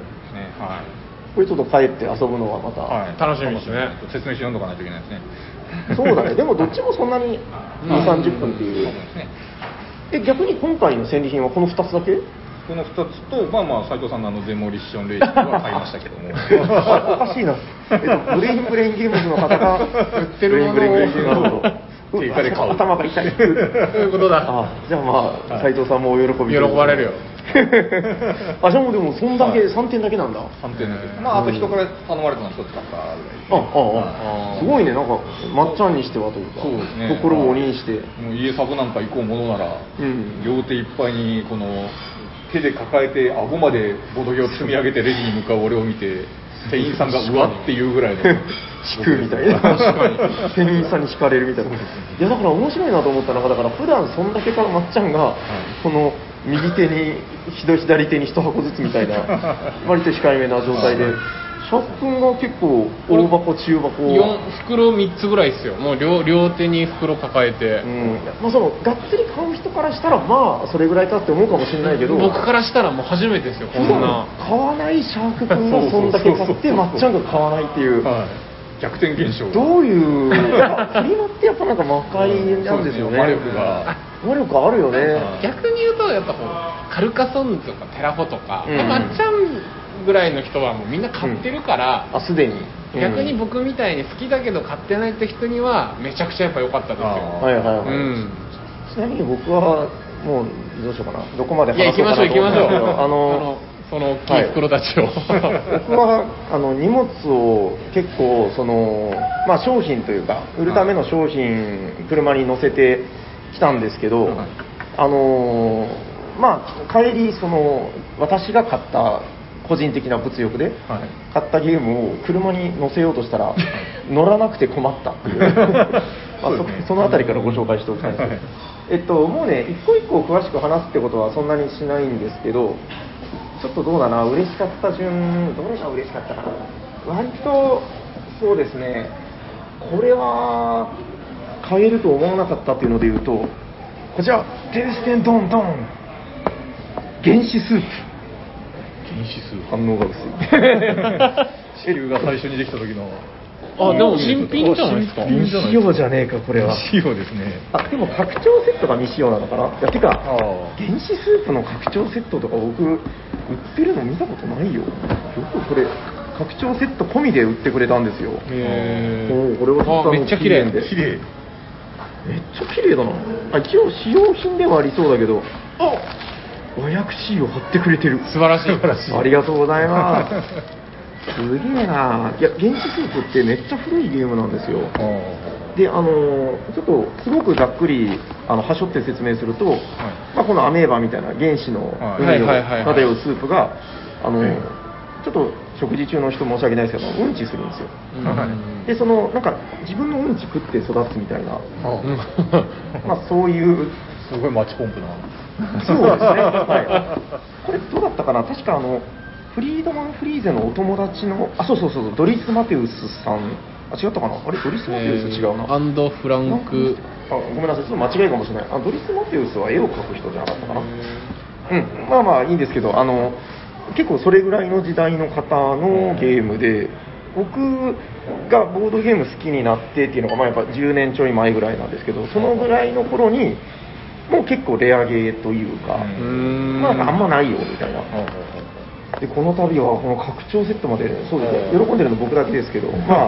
はいこれちょっと帰って遊ぶのがまた、はい、楽しみですね説明書読んどかないといけないですね。そうだね、でもどっちもそんなにん2、30分っていそううで、すね。え逆に今回の戦利品はこの2つだけこの二つと、まあまあ、斉藤さんのあのデモリッションレイジは買いましたけども。あおかしいな、えっと、ブレインブレインゲームズの方が売ってるものをブレインブレインゲームズなるほど定価で買う 頭が痛いそういうことだあじゃあまあ斎藤さんもお喜びということで喜ばれるよ あじゃあもうでもそんだけ、三3点だけなんだあ三点だけです。まあ、あと人から頼まれたの一つ買ったぐらい。あああすごいねなんかまっちゃんにしてはというかそうですね心を鬼にして、もう家サブなんか行こうものなら、うん両手いっぱいにこの手で抱えて顎までボドゲを積み上げてレジに向かう俺を見て店員さんがうわっていう ぐらいの地区みた いな店員さんに惹かれるみたいないやだから面白いなと思ったのがだから普段そんだけかまっちゃんがこの右手に左左手に一箱ずつみたい な割と控えめな状態でシャープンが結構大箱中箱4袋3つぐらいですよもう両両手に袋抱えてう、んまあそのがっつり買う人からしたらまあそれぐらいかって思うかもしれないけど僕からしたらもう初めてですよこ普ん段な買わないシャークくんがそんだけ買ってまっちゃんが買わないっていうはい、逆転現象どういう、やっぱフリマってやっぱなんか魔界なんですよね。そうですね魔力が。魔力あるよね。逆に言うとやっぱこうカルカソンヌとかテラフォとか、うんまっちゃんぐらいの人はもうみんな買ってるから、あ、すでに。逆にうん僕みたいに好きだけど買ってないって人にはめちゃくちゃやっぱ良かったですあよ、はいはいはい。うん、ちなみに僕は、もう、どうしようかな。どこまでいや行話きそうましかょう行なとき思まっしょたうんですけど、あの、そのその大きい袋た ちを、僕は、あの、荷物を結構、その、まあ商品というか、売るための商品、車に乗せてきたんですけど、はいあのーまあ、帰り、その、私が買った個人的な物欲ではい買ったゲームを車に載せようとしたら 乗らなくて困ったっていうまあそうそですねそのあたりからご紹介しておきたいんですけどえっともうね一個一個詳しく話すってことはそんなにしないんですけどちょっとどうだな嬉しかった順どれが嬉しかったかな割とそうですねこれは買えると思わなかったっていうので言うとこちら「天使天ドンドン」原始スープ原始数反応が薄地球が最初にできた時のあでも新品じゃないですか新品いじゃ未ない使用じゃねえかこれは仕様ですねあでも拡張セットが未使用なのかないやてかああ原始スープの拡張セットとか僕売ってるの見たことないよよくこれ拡張セット込みで売ってくれたんですよへおうこれはあめっちゃ綺麗で綺麗めっちゃ綺麗だなあ一応使用品ではありそうだけどあ和訳 C を貼ってくれてる素晴らしいありがとうございますすげえないや原始スープってめっちゃ古いゲームなんですよああであのーちょっとすごくざっくりあの端折って説明すると、まあ、このアメーバみたいな原子のはい海をはいはいはいはい漂うスープがあのーはいちょっと食事中の人申し訳ないですけどうんちするんですようんでそのなんか自分のうんち食って育つみた いな、うんまあ、そういうすごいマッチポンプなそうですね、はい、これどうだったかな確かあのフリードマン・フリーゼのお友達のあそうそうそうそうドリス・マテウスさんあ違ったかなあれドリス・マテウス違うな、えーアンドフランクあごめんなさい、ちょっと間違いかもしれない。あドリス・マテウスは絵を描く人じゃなかったかな。へうん、まあまあいいんですけど、あの結構それぐらいの時代の方のゲームで、僕がボードゲーム好きになってっていうのが、まあ、やっぱ10年ちょい前ぐらいなんですけど、そのぐらいの頃に、もう結構レアゲーというか、ーううーまあ、あんまないよみたいな。でこの度はこの拡張セットまで、そうですね、喜んでるの僕だけですけど、まあ、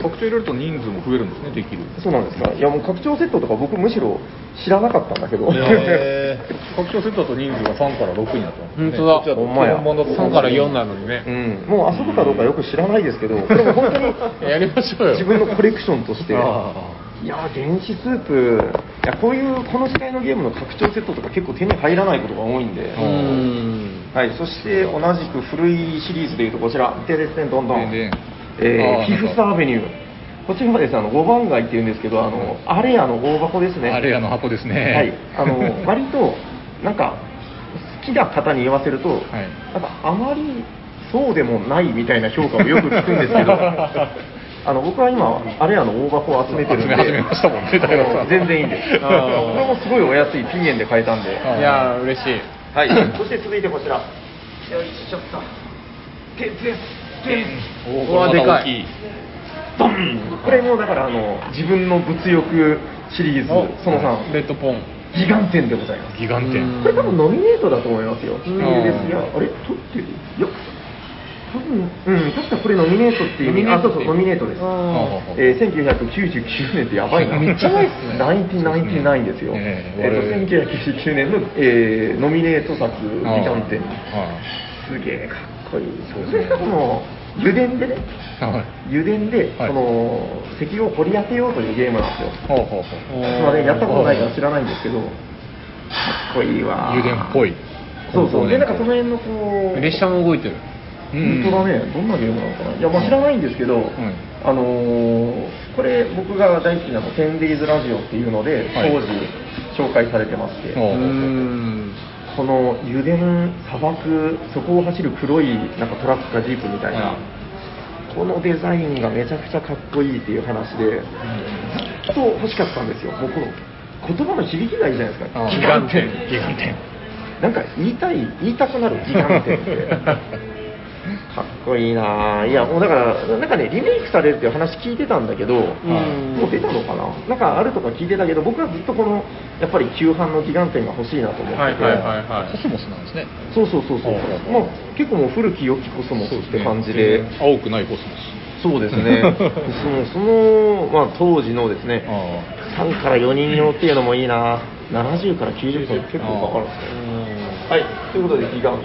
特徴入れると人数も増えるんですねできるそうなんですか。いやもう拡張セットとか僕むしろ知らなかったんだけど。拡張セットだと人数が3から6になってます本当だこっちとほんまや本物だと3から4なのに うねん、もう遊ぶかどうかよく知らないですけど、これも本当にやりましょうよ自分のコレクションとして、いやあー原始スープ、いやこういうこの時代のゲームの拡張セットとか結構手に入らないことが多いんで、うーんはい、そして同じく古いシリーズでいうとこちら、テレステンどんどん、でえでーあーフィフスアベニュー。こちらはですね、あの5番街っていうんですけど、あのアレアの大箱ですね。あれやの箱ですねはい、あの割となんか好きな方に言わせると、いなんかあまりそうでもないみたいな評価をよく聞くんです けどあの僕は今あれやの大箱を集めてるんで集め始めましたもんね大学さん全然いいんですこあーれもすごいお安いピン円で買えたんであいやー嬉しいはい そして続いてこちらよいしょっとててておうわこれまた大きでいドンこれもだからあの自分の物欲シリーズその3レッドポンギガンテンでございますギガンテンこれ多分ノミネートだと思いますよ。うん地球ですよ。あれ撮ってるいや、多分、うん、確かこれノミネートっていう意味、あ、そうそう、ノミネートです。あえー、1999年ってやばいな。めっちゃ前っ すね1999ですよ。えええっと、1999年の、えーノミネート作、時間点。すげえかっこいい。そうですこれしかねも、油田でね、はい油田で、はいその、石油を掘り当てようというゲームなんですよ。ほうほうほうまあね、やったことないから知らないんですけど、かっこいいわ。油田っぽいそうそう。で、なんかそこの辺のこう、列車も動いてる本当だね、どんなゲームなのかな。いや、まあ知らないんですけど、あのーこれ僕が大好きなの、テンデイズラジオっていうので、はい当時紹介されてまして、うーうんんこの油田、砂漠、そこを走る黒いなんかトラックかジープみたいな、はいこのデザインがめちゃくちゃかっこいいっていう話で、ずっと欲しかったんですよ。もうこの言葉の響きがいいじゃないですか。ギガンテンギガンテンなんか言いたい、言いたくなるギガンテ ンって。かっこいいなぁ。いや、もうだから、なんかね、リメイクされるっていう話聞いてたんだけど、んもう出たのかななんかあるとか聞いてたけど、僕はずっとこの、やっぱり旧版のギガンテンが欲しいなと思ってて。はいはいはいはコスモスなんですねそうそうそうそう。はいはいはいまあ、結構もう古き良きコスモスって感じで。青くないコスモそうですね。 その、その、まあ当時のですスね、あ3から4人用っていうのもいいなぁ。70から90分結構かかるんですね。はい、ということで、ギガンテン。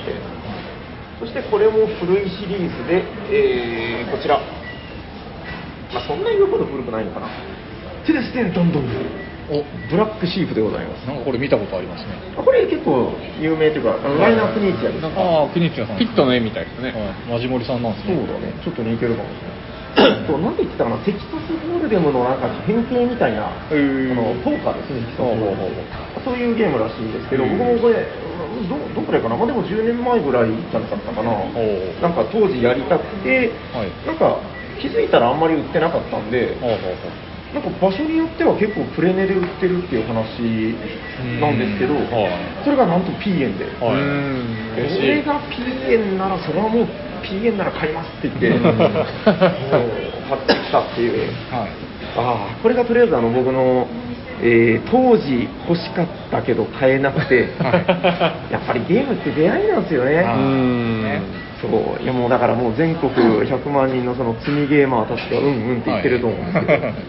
そしてこれも古いシリーズで、えーこちら、まあ、そんなに言うほど古くないのかな、テレステンドンドン、おブラックシープでございますなんかこれ見たことありますね。これ結構有名というかあのライナー・フニーチアですなんねかああ、国津屋さん。ピットの絵みたいですね。はい。マジモリさんなんですそね。うだね、ちょっと似てるかもしれ ない。と、なんて言ってたかな、テキサスホールデムのなんか変形みたいな、あへーの、ポーカーですね、テキサスホールデムほうほうそうほいうゲームらしいんですけど、へー僕もこれ、ど、どんくらいかな、まあ、でも10年前ぐらいじゃなかったかな。おーなんか当時やりたくて、はいなんか気づいたらあんまり売ってなかったんで、ほうほうほうなんか場所によっては結構プレネで売ってるっていう話なんですけどうんはい、それがなんと P 円で。はいうーんこ嬉しいれが P 円ならそれはもう P 円なら買いますって言 ってうんそう買ってきたっていうはい。ああこれがとりあえずあの僕の、えー当時欲しかったけど買えなく てはやっぱりゲームって出会いなんですよねあうーーん。そういやもうだからもう全国100万人のその積みゲーマーたちがうんうんって言ってると思うんですけど、はい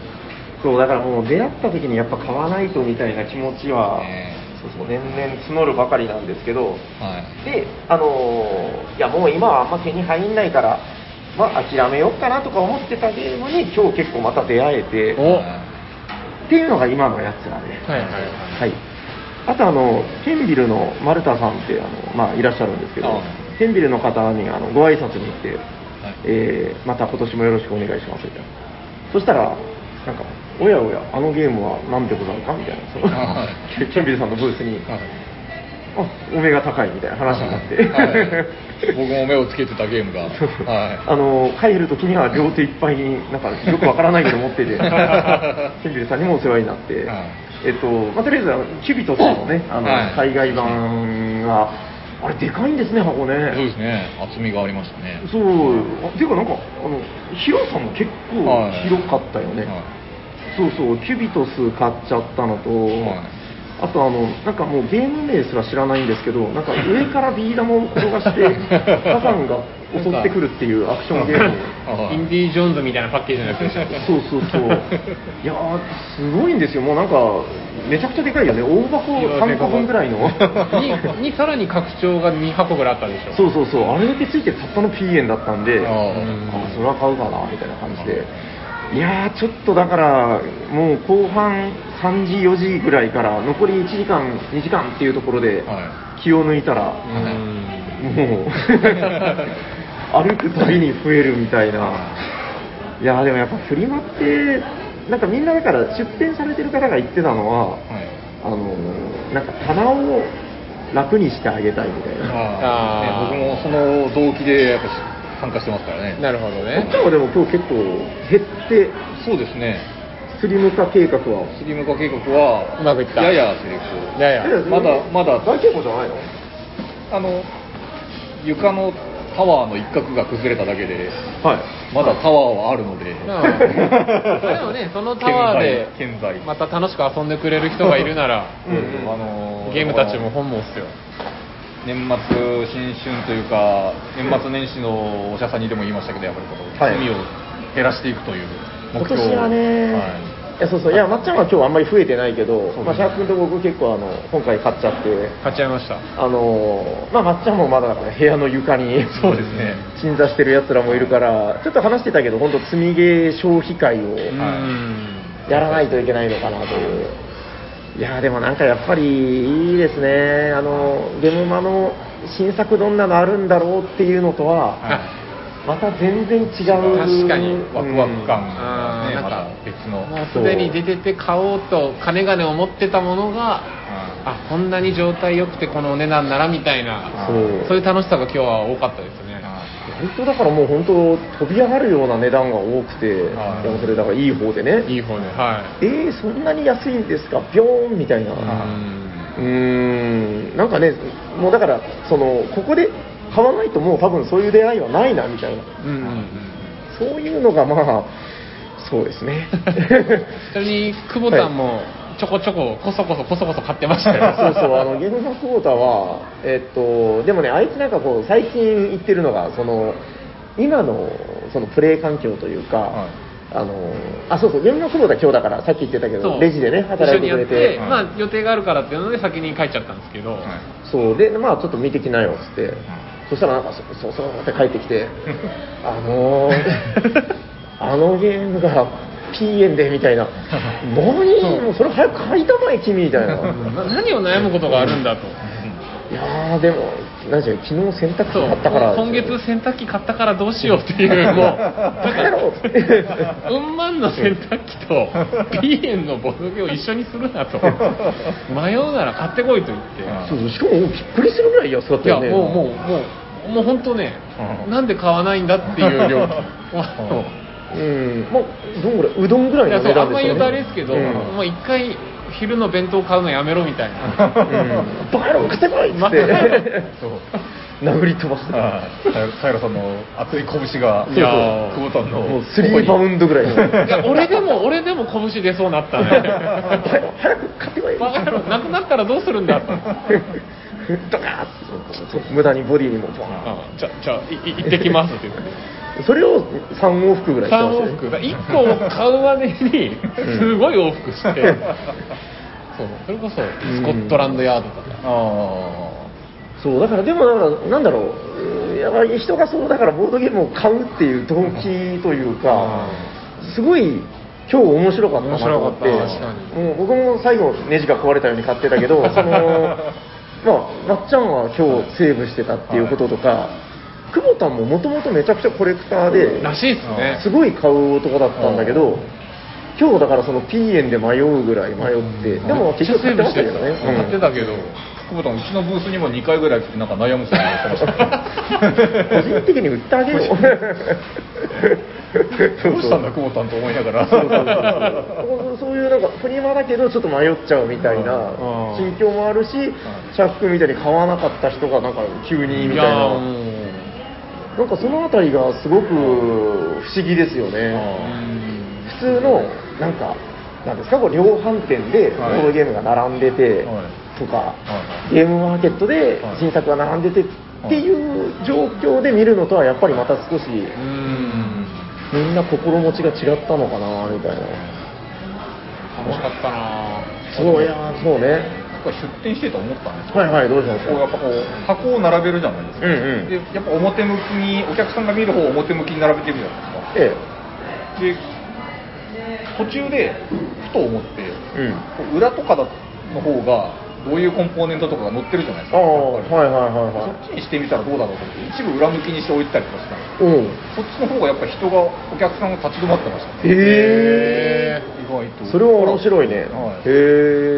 そうだからもう出会った時にやっぱ買わないとみたいな気持ちは、ねそうそう年々募るばかりなんですけどはい。で、あのーいやもう今はあんま手に入んないから、まあ、諦めようかなとか思ってたゲームに今日結構また出会えておっていうのが今のやつらで、はいはいはい。はい、あとあのケンビルの丸田さんってあの、まあ、いらっしゃるんですけあどあケンビルの方にあのご挨拶に行って、はいえーまた今年もよろしくお願いしますみたいなそしたらなんかおやおやあのゲームは何でござるかみたいなそのはケンビルさんのブースに、はい。あお目が高いみたいな話になって、はい僕も目をつけてたゲームが。は あの帰るときには両手いっぱいになんかよくわからないけど持って てケンビルさんにもお世話になって、はいえっとまあ、とりあえずあのキュビトスのねあの、はい海外版があれでかいんですね箱い。そうねですね。厚みがありましたね。そうあっていうかなんかあの広さも結構はい広かったよね、はいそうそうキュビトス買っちゃったのと、はいあとあのなんかもうゲーム名すら知らないんですけどなんか上からビー玉を転がして火山が襲ってくるっていうアクションゲームはいインディ・ージョーンズみたいなパッケージのやつでしょ。そうそうそういやーすごいんですよもうなんかめちゃくちゃでかいよね大箱いや3個分ぐらいのににさらに拡張が2箱ぐらいあったでしょ。そうそうそうあれだけついてたったの P 円だったんでああーーそれは買うかなみたいな感じでいやーちょっとだからもう後半3時4時ぐらいから残り1時間2時間っていうところでは気を抜いたらうーんもう歩くたびに増えるみたいな、いやでもやっぱフリマって、なんかみんなだから出店されてる方が言ってたのは、い。はい。あのなんか棚を楽にしてあげたいみたいな、ああーあ、ね、僕もその動機でやっぱし参加してますからね。なるほどこねっち。はでも今日結構減って、そうですね。スリム化計画は、スリム化計画はうまくいったやや成功。やや。まだまだ大規模じゃないのあの床のタワーの一角が崩れただけで、はいまだタワーはあるので。まあ でもね、そのタワーで健在健在また楽しく遊んでくれる人がいるなら、うんあのゲームたちも本望っすよ。年末新春というか年末年始のおしゃさんにでも言いましたけどやっぱりこのはい罪を減らしていくという目今標を年はね、はいい、やそうそういやまっちゃんは今日あんまり増えてないけど、そうまあ、シャーク君と僕結構あの今回買っちゃって買っちゃいました。あのーまあ、まっちゃんもまだだから部屋の床に そうですね鎮座してるやつらもいるから、ちょっと話してたけど、本当、積みゲー消費会をうーん。やらないといけないのかなという、いやー、でもなんかやっぱりいいですね、あのゲムマの新作、どんなのあるんだろうっていうのとは、はいまた全然違う、確かにワクワク感あーがね、なんまかた別の、もうすでに出てて買おうと金々を持ってたものがはあこんなに状態良くてこのお値段ならみたいなうんそうそういう楽しさが今日は多かったですいね割とだからもう本当、飛び上がるような値段が多くて、はいでもそれ、だからいい方でね、いい方ではえー、そんなに安いんですか、ビョーンみたいな。いうんうーんなんかね、もうだから、そのここで買わないと、もう多分そういう出会いはないなみたいな、うんうんうんそういうのがまあ、そうで すね。それに久保田もちょこちょここそこそこそこそ買ってましたよ そうそうあのゲームマクボタは、えっと、でもね、あいつなんかこう、最近言ってるのが、その今のそのプレイ環境というか、はいあのあそうそう、ゲームマクボタ、今日だから、さっき言ってたけそど、うレジでね、働いてくれ一緒にやってて、はいまあ予定があるからっていうので先に帰っちゃったんですけど、はいそうで、まあ、ちょっと見てきなよっつって、そしたらなんかそそ うそうって帰ってきてあのーあのゲームが P 円でみた いな何もうそれ早く買いたまえ君みた いなな何を悩むことがあるんだと、いやーでも何でしょう昨日洗濯機そう買ったから今月洗濯機買ったからどうしようっていう、 もう、バカ野郎 うんまんの洗濯機と P 円のボドゲを一緒にするなと、迷うなら買ってこいと言って、そうそうしかもびっくりするぐらい安かっいたやよねもうもうもうもう本当ね、うんなんで買わないんだっていう料金うんまあどんぐらいうどんぐらいいやのそう値あん段でます言ようねとあれですけど、うんもう一回昼の弁当買うのやめろみたいな うんバカ野郎買ってこいっつまっあ てそう殴り飛ばすああ平さんの熱い拳がそうそういやー久保さんのもうスリーバウンドぐらいのいや俺でも俺でも拳出そうなったバね カ野郎早く買ってこい バカ野郎なくなったらどうするんだとドカーッと無駄にボディにもドカーあじゃじゃあいい行ってきますって言ってンそれを3往復ぐらいして3ました往ね復だ1個を買うまでにんすごい往復して、そうそれこそスコットランドヤードとか、あそうだからでもだからなんだろううんやっぱり人がそうだからボードゲームを買うっていう動機というかすごい今日面白かったなと思って面白かった確かもう僕も最後ネジが壊れたように買って たけどそのまあまっちゃんは今日セーブしてたっていうこととか、久保田ももともとめちゃくちゃコレクターでらしいですねすごい買う男だったんだけど、今日だからその P 円で迷うぐらい迷って、でも結局買ってましたけどね。うん買ってたけど、あ久保田もうちのブースにも2回ぐらい来てなんか悩む人になってました個人的に売ってあげよう。どうしたんだ久保田んと思いながらそうそうそうそういうなんかフリマだけどちょっと迷っちゃうみたいなうん心境もあるし、チャックみたいに買わなかった人がなんか急にみたいいやーな、もうなんかそのあたりがすごく不思議ですよね。普通のなんかなんですかこう量販店でボはいードゲームが並んでてはいとか、はゲームマーケットではい新作が並んでてっていう状況で見るのとはやっぱりまた少しうんみんな心持ちが違ったのかなみたいな楽しかったなぁそういやーそうねなんか出店してて思ったんですけどはいはいどうしましこうやょっぱこう箱を並べるじゃないですううか、んうんでやっぱ表向きにお客さんが見る方を表向きに並べてるじゃないですかえで途中でふと思ってえうんこう裏とかの方がどういうコンポーネントとかが載ってるじゃないですあかあやはいっはいはぱりいはそっちにしてみたらどうだろうと思って一部裏向きにして置いてたりとかしたんでいうんすそっちの方がやっぱ人がお客さんが立ち止まってましたへねえ意外とそれは面白いねはへい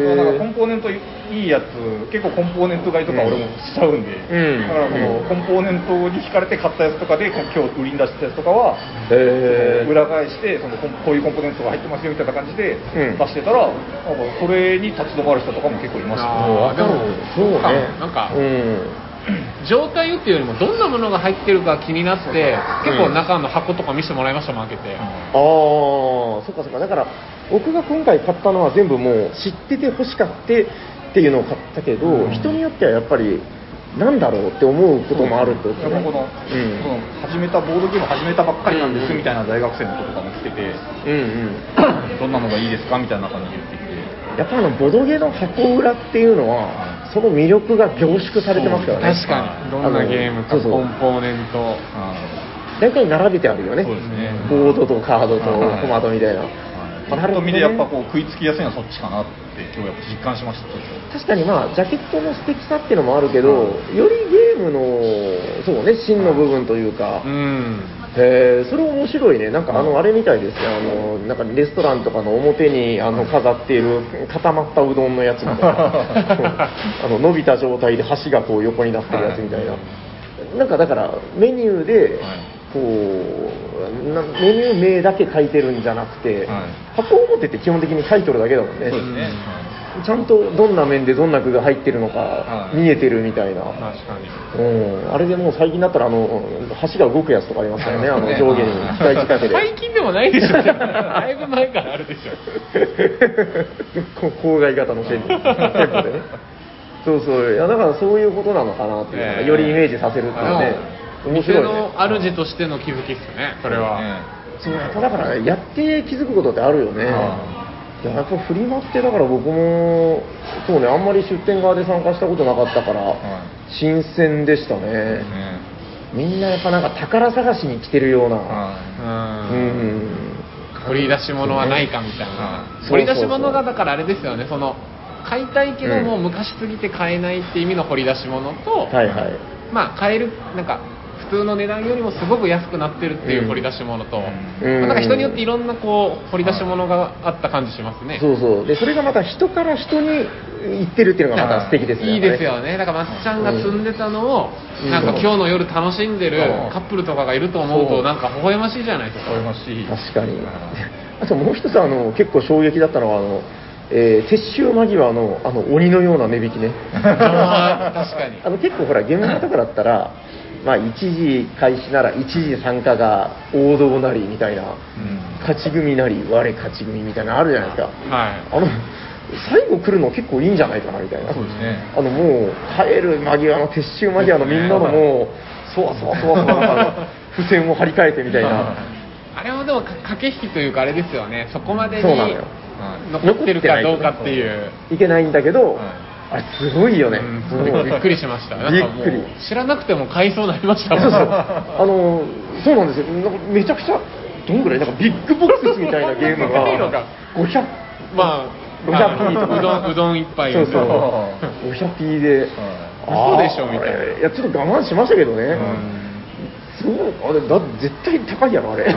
えなんかコンポーネントいいやつ結構コンポーネント買いとか俺もしちゃうんで、うんだからこうのんコンポーネントに惹かれて買ったやつとかでこう今日売りに出したやつとかは、へえ裏返してそのこんこういうコンポーネントが入ってますよみたいな感じでうん出してたら、なんかそれに立ち止まる人とかも結構いましたねあーでもそうねそうかなんかうん状態をっていうよりもどんなものが入ってるか気になって結構中の箱とか見せてもらいましたもん開けて、ああそっかそっかだから僕が今回買ったのは全部もう知ってて欲しかってっていうのを買ったけど、うん人によってはやっぱりなんだろうって思うこともあるってことやっぱこうの,、んこの始めたボードゲーム始めたばっかりなんですみたいな大学生の子とかも来て て、うんうんどんなのがいいですかみたいな感じで言ってきてやっぱあのボドゲの箱裏っていうのはその魅力が凝縮されてますからね確かにどんなゲームあかのそうコそうンポーネントあ大体並べてあるよねそうですねボードとカードとはいコマドみたいな、のパッと見でやっぱこう食いつきやすいのはそっちかなって今日やっぱ実感しました確かにまあジャケットの素敵さっていうのもあるけど、よりゲームのそうね芯の部分というか、うんへえそれ面白いねなんかあのあれみたいですねあのなんかレストランとかの表にあの飾っている固まったうどんのやつみたい なあの伸びた状態で箸がこう横になってるやつみたいな、なんかだからメニューではいこうなメニュー名だけ書いてるんじゃなくて、はい箱表って基本的にタイトルだけだもんねそうですね、うんちゃんとどんな面でどんな具が入ってるのかはい見えてるみたいな、確かにうん、あれでもう最近だったらあの橋が動くやつとかありますからね、あのね上下に機械仕掛けで、最近でもないでしょだいぶ前からあるでしょ こう郊外型の店舗店舗でね、そうそう、いやだからそういうことなのかなっていう、ええよりイメージさせるっていうのはね、うん面白い店ねの。主としての気づきっすねそれは、そうやっぱだからやって気づくことってあるよね、いややっぱフリマってだから僕もそうねあんまり出店側で参加したことなかったから、新鮮でしたね、ねみんなやっぱなんか宝探しに来てるような、はうんうん、掘り出し物はないかみたいな、掘り出し物がだからあれですよねその買いたいけどもう昔すぎて買えないって意味の掘り出し物と、はいはいまあ買えるなんか普通の値段よりもすごく安くなってるっていう掘り出し物と、うんまあなんか人によっていろんなこう掘り出し物があった感じしますね、そうそうでそれがまた人から人に行ってるっていうのがまた素敵ですねいいですよねだからまっちゃんが積んでたのを、うんなんか今日の夜楽しんでるうんカップルとかがいると思うそとうなんか微笑ましいじゃない ですか羨ましい確かにうんあともう一つあの結構衝撃だったのはあの、えー撤収間際のあの鬼のような値 引きねあー確かにあの結構ほら現場とかだったら、まあ、1時開始なら1時参加が王道なりみたいなうん勝ち組なり我勝ち組みたいなのあるじゃないですかはいあの最後来るの結構いいんじゃないかなみたいなそうですねあのもう帰る間際の撤収間際のみんなのもうそわそわそわそわな んか付箋を張り替えてみたいなあれもでもか駆け引きというかあれですよねそこまでにそうなのよはい残ってるかどうかっていういけないんだけど、はいあれすごいよね、うんもうびっくりしましたなんびかっもくりう知らなくても買いそうになりましたそうもんそうあのそうなんですよなんかめちゃくちゃどんぐらいなんかビッグボックスみたいなゲーム でかいのがが500 まあ 500ピーとかうどんうどん一杯そうそうは500ピーで、嘘でしょあーみたいなあれいやちょっと我慢しましたけどね、うんすごいあれだ絶対高いやろあれびっ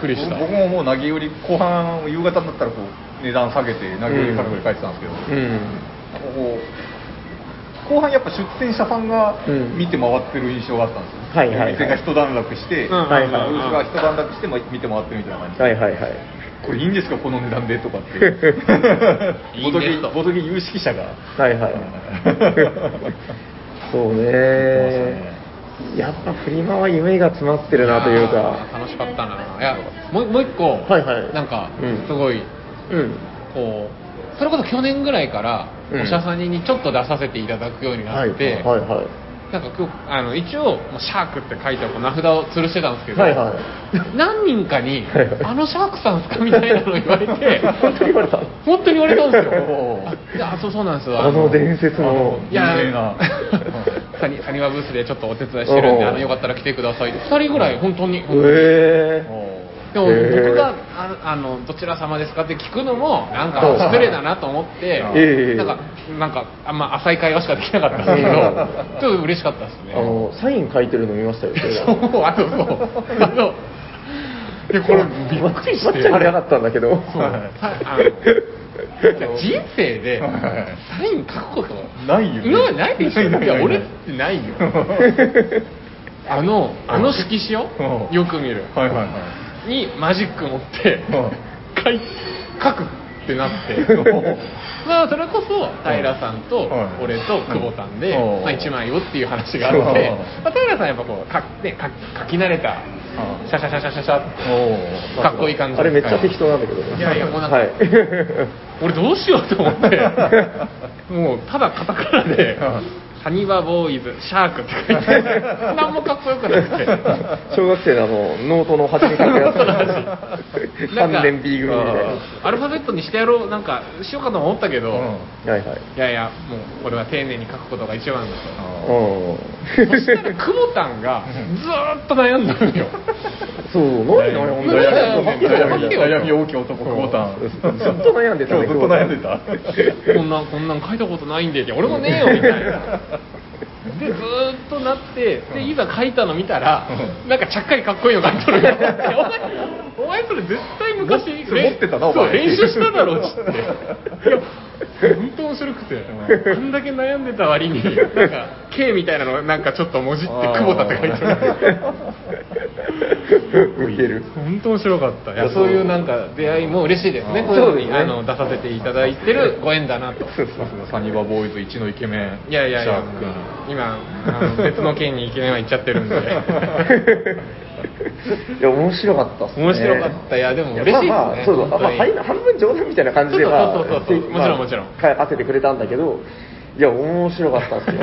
くりした僕ももう投げ売り後半夕方になったらこう値段下げて投げ売りからぐらい書いてたんですけ ど、うんなんかこう後半やっぱ出店者さんがうん見て回ってる印象があったんですよ、はいはいはいお店が一段落して、うんうんうんはいはいブースが一段落してま見て回ってるみたいな感じで、はいはいはいこれいいんですかこの値段でとかっていいボんドゲですとボドゲ有識者がはいはいそうねねやっぱフリマは夢が詰まってるなというあかー楽しかったないやもうもう一個、はいはいなんかうんすごい、うんこうそれこそ去年ぐらいからうんおしゃさににちょっと出させていただくようになはいっはて、いはいなんか今日あの一応「シャーク」って書いてこう名札を吊るしてたんですけど、はいはい何人かにはいはい「あのシャークさんですか?」みたいなの言われて 本当に言われた本当に言われたんですよおーあいやそうそうなんですよあの伝説のいや有 名なサニサニワブースでちょっとお手伝いしてるんでおーあのよかったら来てくださいって2人ぐらい本当に、本当にええでもへー僕があのあのどちら様ですかって聞くのもなんかそう失礼だなと思ってええなんかなんかあんま浅い会話しかできなかったんですけどちょっと嬉しかったですねあのサイン書いてるの見ましたよそれは そうあとそうあのでこれびっくりしまっちてゃんいなかったんだけどそうはいさあの人生でサイン書くことないよね今までないでしょないないいないや俺ってないよ あのあの色紙をうんよく見るはいはいはいにマジック持って書い書くってなってはまあそれこそ平さんとはい俺と久保さんで、うんまあ、1枚をっていう話があって、うんまあ、平さんやっぱこうか、ね、か書き慣れたシャシャシャシャシャシャっていおーかっこいい感じあれめっちゃ適当なんだけどいやいやもうなんか はい俺どうしようと思ってもうただカタカナで「サニバボーイズシャーク」って書いて何もかっこよくなくて小学生のあのノートの端に書くやノートの端つなんか3年 B 組みたいアルファベットにしてやろうなんかしようかとも思ったけど、うんなはいはいいやいやもうこれは丁寧に書くことが一番だとうそしたら ん久保田がずーっと悩んだのよそう、なんで悩んだ よ。なんで悩んだよ悩 み大きい男コウタンずっと悩んでた今ね日ずっと悩んでたこんなんこんなん書いたことないんでって俺もねえよみたい なでずーっとなってでいざ書いたの見たらなんかちゃっかりかっこいいの書いとる よお前お前それ絶対昔持って持ってたなおそう前練習しただろうっ つっていや本当面白くてあんだけ悩んでた割になんか K みたいなのなんかちょっともじって久保田って書いてるウケる。本当面白かったいやそういうなんか出会いも嬉しいですねこういうふうにあの出させていただいてるご縁だなとサニバボーイズ一のイケメンいやいやいシやャーク君今あの別の県にイケメンは行っちゃってる んでいや、面白かったっすね。面白かったいやでも嬉しいですねまあまあそうそう、ま本あ当にはい半分冗談みたいな感じでは、そうそうそうそうまあもちろんもちか当ててくれたんだけど、いや、面白 かったっすよ。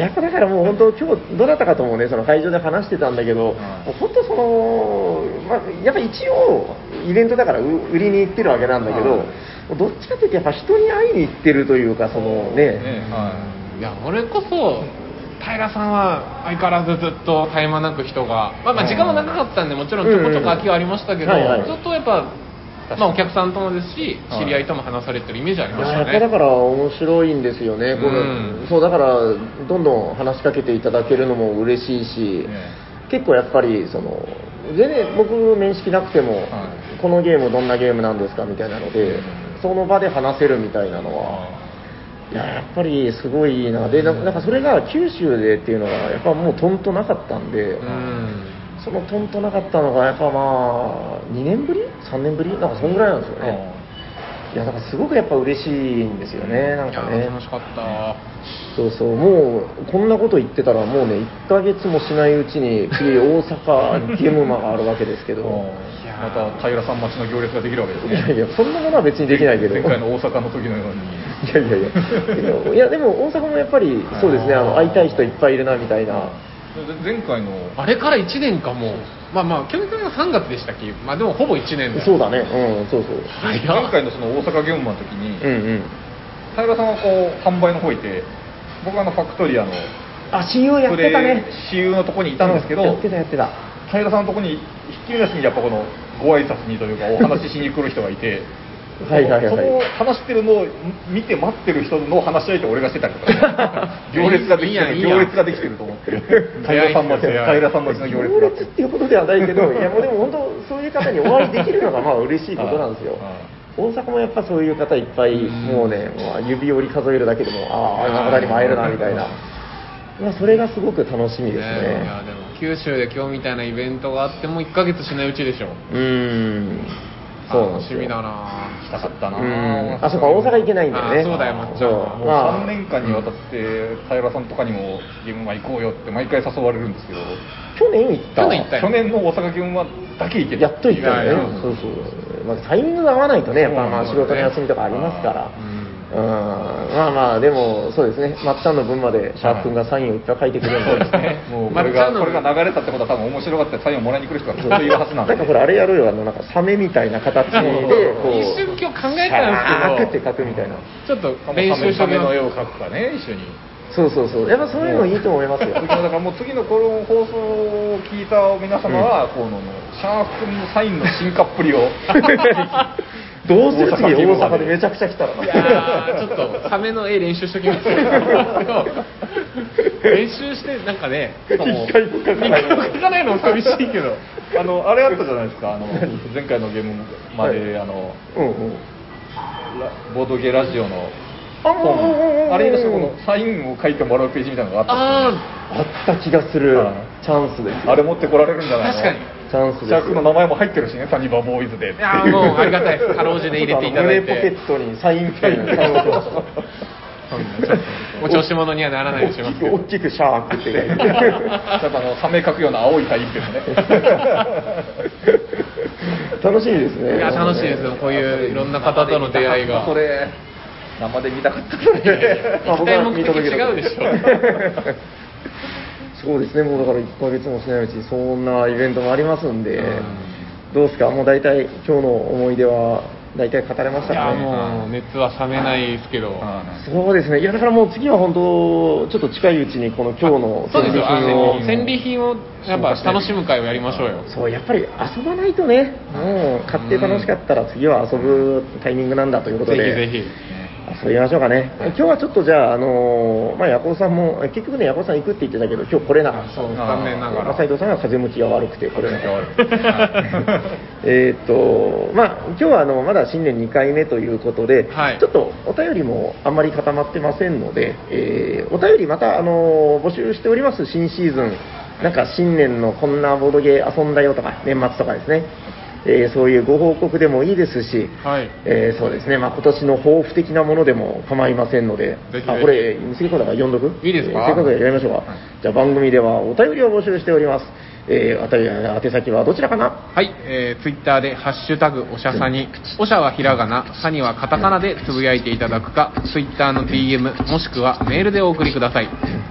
やっぱだからもう本当今日どなたかともねその会場で話してたんだけど、んもう本当そのまあやっぱ一応イベントだからう売りに行ってるわけなんだけど、どっちかというとやっぱ人に会いに行ってるというかそのねねはいいや俺こそ平さんは相変わらずずっと絶え間なく人が、まあ、まあ時間は長かったんでもちろんちょこちょこ空きはありましたけど、うんうんはいはいずっとやっぱ、まあ、お客さんともですし知り合いとも話されてるイメージありましたやっぱねだから面白いんですよね、このうんそうだからどんどん話しかけていただけるのも嬉しいし、ね結構やっぱりその全然僕面識なくても、はいこのゲームどんなゲームなんですかみたいなので、うんその場で話せるみたいなのは、いややっぱりすごいいいなでななんかそれが九州でっていうのがやっぱもうとんとなかったんで、うんそのとんとなかったのがやっぱまあ2年ぶり3年ぶりなんかそんぐらいなんですよね、いやだからすごくやっぱ嬉しいんですよね、なんいかやね、楽しかったそうそう、もうこんなこと言ってたら、もうね、1ヶ月もしないうちに、次、大阪ゲムマがあるわけですけうんど、また平さん待ちの行列ができるわけですいねやいや、そんなものは別にできないけど、前回の大阪の時のようにいやいやいやけど、いや、でも大阪もやっぱり、そうですね、あの会いたい人いっぱいいるなみたいな、 前回のあれから1年かもうまあまあ去年が3月でしたっけまあでもほぼ1年だそうだね、うん、そうそう、早っ前回のその大阪ゲームマの時に、うんうん、平さんはこう販売の方いて僕はあのファクトリアのあ、親友やってたね、私有のとこにいたんですけど、やってた、やってた、平さんのとこにひっきりなしにやっぱこのご挨拶にというかお話ししに来る人がいて はいはいはいその話してるのを見て待ってる人の話し相手を俺がしてたりとか行列ができいいてやんるいいやん行列ができてると思ってる平さん待ちの平さん待ちの行行列が。列っていうことではないけど、いやもうでも本当、そういう方にお会いできるのがまあ嬉しいことなんですよはい大阪もやっぱそういう方いっぱい、もうね、まあ指折り数えるだけでも、ああ、あの方にも会えるなみたいな、まあ、それがすごく楽しみですいやね。でも九州で今日みたいなイベントがあっても1ヶ月しないうちでしょうーん、そうなん楽でしすよみだな行きたかったうなーん、あ、そうか、大阪行けないんだよね。あそうだよまっちゃんはそうもうまあ3年間にわたって平さんとかにもゲームマ行こうよって毎回誘われるんですけど去年行った。去年行ったよ去年の大阪ゲームマだけ行けたやっと行ったいやいやよね。そうそう。まあ、タイミングが合わないとね、やっぱまあそ仕うなんだ事のよね休みとかありますから。うんうんまあまあ、でもそうですね、まっちゃんの分までシャープ君がサインをいっぱい書いてくれるそうのですね。もうこまれっちゃがんのこれが流れたってことは多分面白かったらサインをもらいに来る人がきっといるはずなんなんで。かほら、あれやろうよ、あのなんかサメみたいな形で、こう、一瞬今日考えシャたーんクでっすて書くみたいな、けどちょっと練習してサおきメまのす絵を描くかね一緒に。そうそうそう、やっぱそういうのいいと思いますよ、次のだからもう次のこの放送を聞いた皆様は、このシャーク君のサインの進化っぷりをどうする次、大阪大阪でめちゃくちゃ来たら、いやーちょっとサメの絵練習しておきます練習してなんかねしかも一回も書かない一回も書かないのも寂しいけどあのあれあったじゃないですか。あの前回のゲームまで、あのうんうん、ラボードゲーラジオのあ本あれにしてこものサインを書いてもらうページみたいなのがあったああんですよねった気がするはい、チャンスですよあれ持ってこられるんじゃないの確かにチャンスですジャックのよ名前も入ってるしね、サニバボーイズで。ーいやーもうありがたいですかろうじで入れていただいちょっとあての胸ポケットにサインみたいなの書いてましたそんなちょっとお調子者にはならないようにします大きけくど大きくシャークって書いて。ちょっとあの、サメ描くような青いサインペンもね。楽しみですね。いや楽しいですよこういういろんな方との出会いがそれ、生で見たかったそれ。まあ行き僕たいは目的違うでしょ そうですね、もうだから1ヶ月もしないうちにそんなイベントもありますんで、どうですか、もう大体今日の思い出は大体語れましたいやかーね。もう熱は冷めないですけどそうですね、いやだからもう次は本当、ちょっと近いうちにこの今日のそうですよあのを戦利品をやっぱ楽しむ会をやりましょうよそう、やっぱり遊ばないとね、もう買って楽しかったら次は遊ぶタイミングなんだということぜで。ひぜひ遊びましょうかね、今日はちょっとじゃあ、あのーまあ、ヤコウさんも、結局ね、ヤコウさん行くって言ってたけど、今日来れなかった、そうあー残念ながまあら斉藤さんが風向きが悪くて、これ風向きが悪いはい えーっと、まあ、今日はあのまだ新年2回目ということで、はいちょっとお便りもあんまり固まってませんので、えーお便りまた、あのー募集しております、新シーズン、なんか新年のこんなボードゲー遊んだよとか、年末とかですね、えーそういうご報告でもいいですし、はいえーそうですね、まあ、今年の抱負的なものでも構いませんので、ぜひぜひあこれ、杉子だから読んどくいいですかえーせっかくやりましょうか、じゃあ番組ではお便りを募集しております、えー、あたり宛先はどちらかなはい、えー、ツイッターで「ハッシュタグおしゃさに」おしゃはひらがな、さにはカタカナでつぶやいていただくか、ツイッターの DM、もしくはメールでお送りください。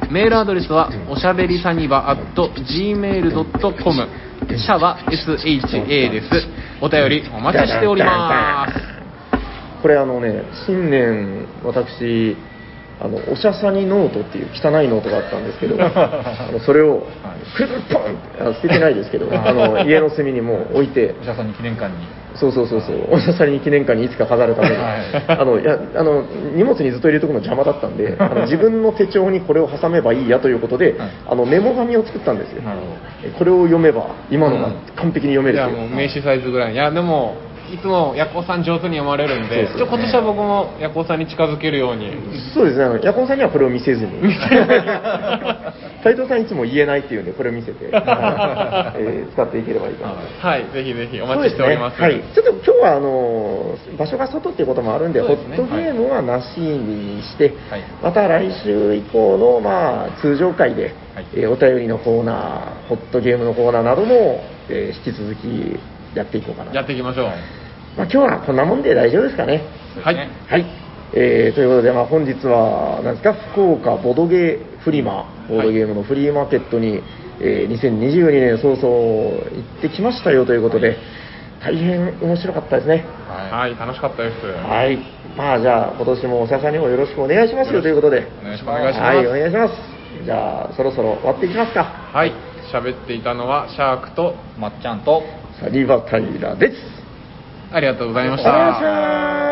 メールアドレスは、おしゃべりさにば gmail.com、シャは SHA です。お便りお待ちしております。これあのね新年私あのおしゃさにノートっていう汚いノートがあったんです けどあのそれをくずっぽんってあ捨ててないです けどあの家の隅にもう置いてお医者さんに記念館にそうそうそうそう、おしゃさりに記念館にいつか飾るために、はいあのいやあの荷物にずっと入れとくの邪魔だったんで、あの自分の手帳にこれを挟めばいいやということで、はいあのメモ紙を作ったんですよなるほど、これを読めば、今のが完璧に読めじるゃあともういう、名刺サイズぐらい。いや、でも、いつもヤコウさん上手に読まれるんで、そうちそょう今年は僕もヤコウさんに近づけるように。そうですねあの、ヤコンさんにはこれを見せずに、 斉藤さん、いつも言えないっていうんで、これを見せて、はいえー使っていければいいかなと。はい、ぜひぜひお待ちしております。そうですねはい、ちょっと今日はあの場所が外っていうこともあるんでそうホですッねトゲームはなしにして、はいまた来週以降の、まあ、通常会で、はいえーお便りのコーナーホットゲームのコーナーなども、えー引き続きやっていこうかなやっていきましょう。はいまあ、今日はこんなもんで大丈夫ですかねはい。はい、えーということで、まあ、本日はなんですか福岡ボドゲフリマボードゲームのフリーマーケットに、えー2022年早々行ってきましたよということで、大変面白かったですねはい、楽しかったです。はいまあじゃあ今年もお社さんにもよろしくお願いしますよということでお願いしおま願いしますはいお願いしますじゃあそろそろ終わっていきますかはい、喋っていたのはシャークと、すまっちゃんとさあリバタイラですありがとうございました。お願いします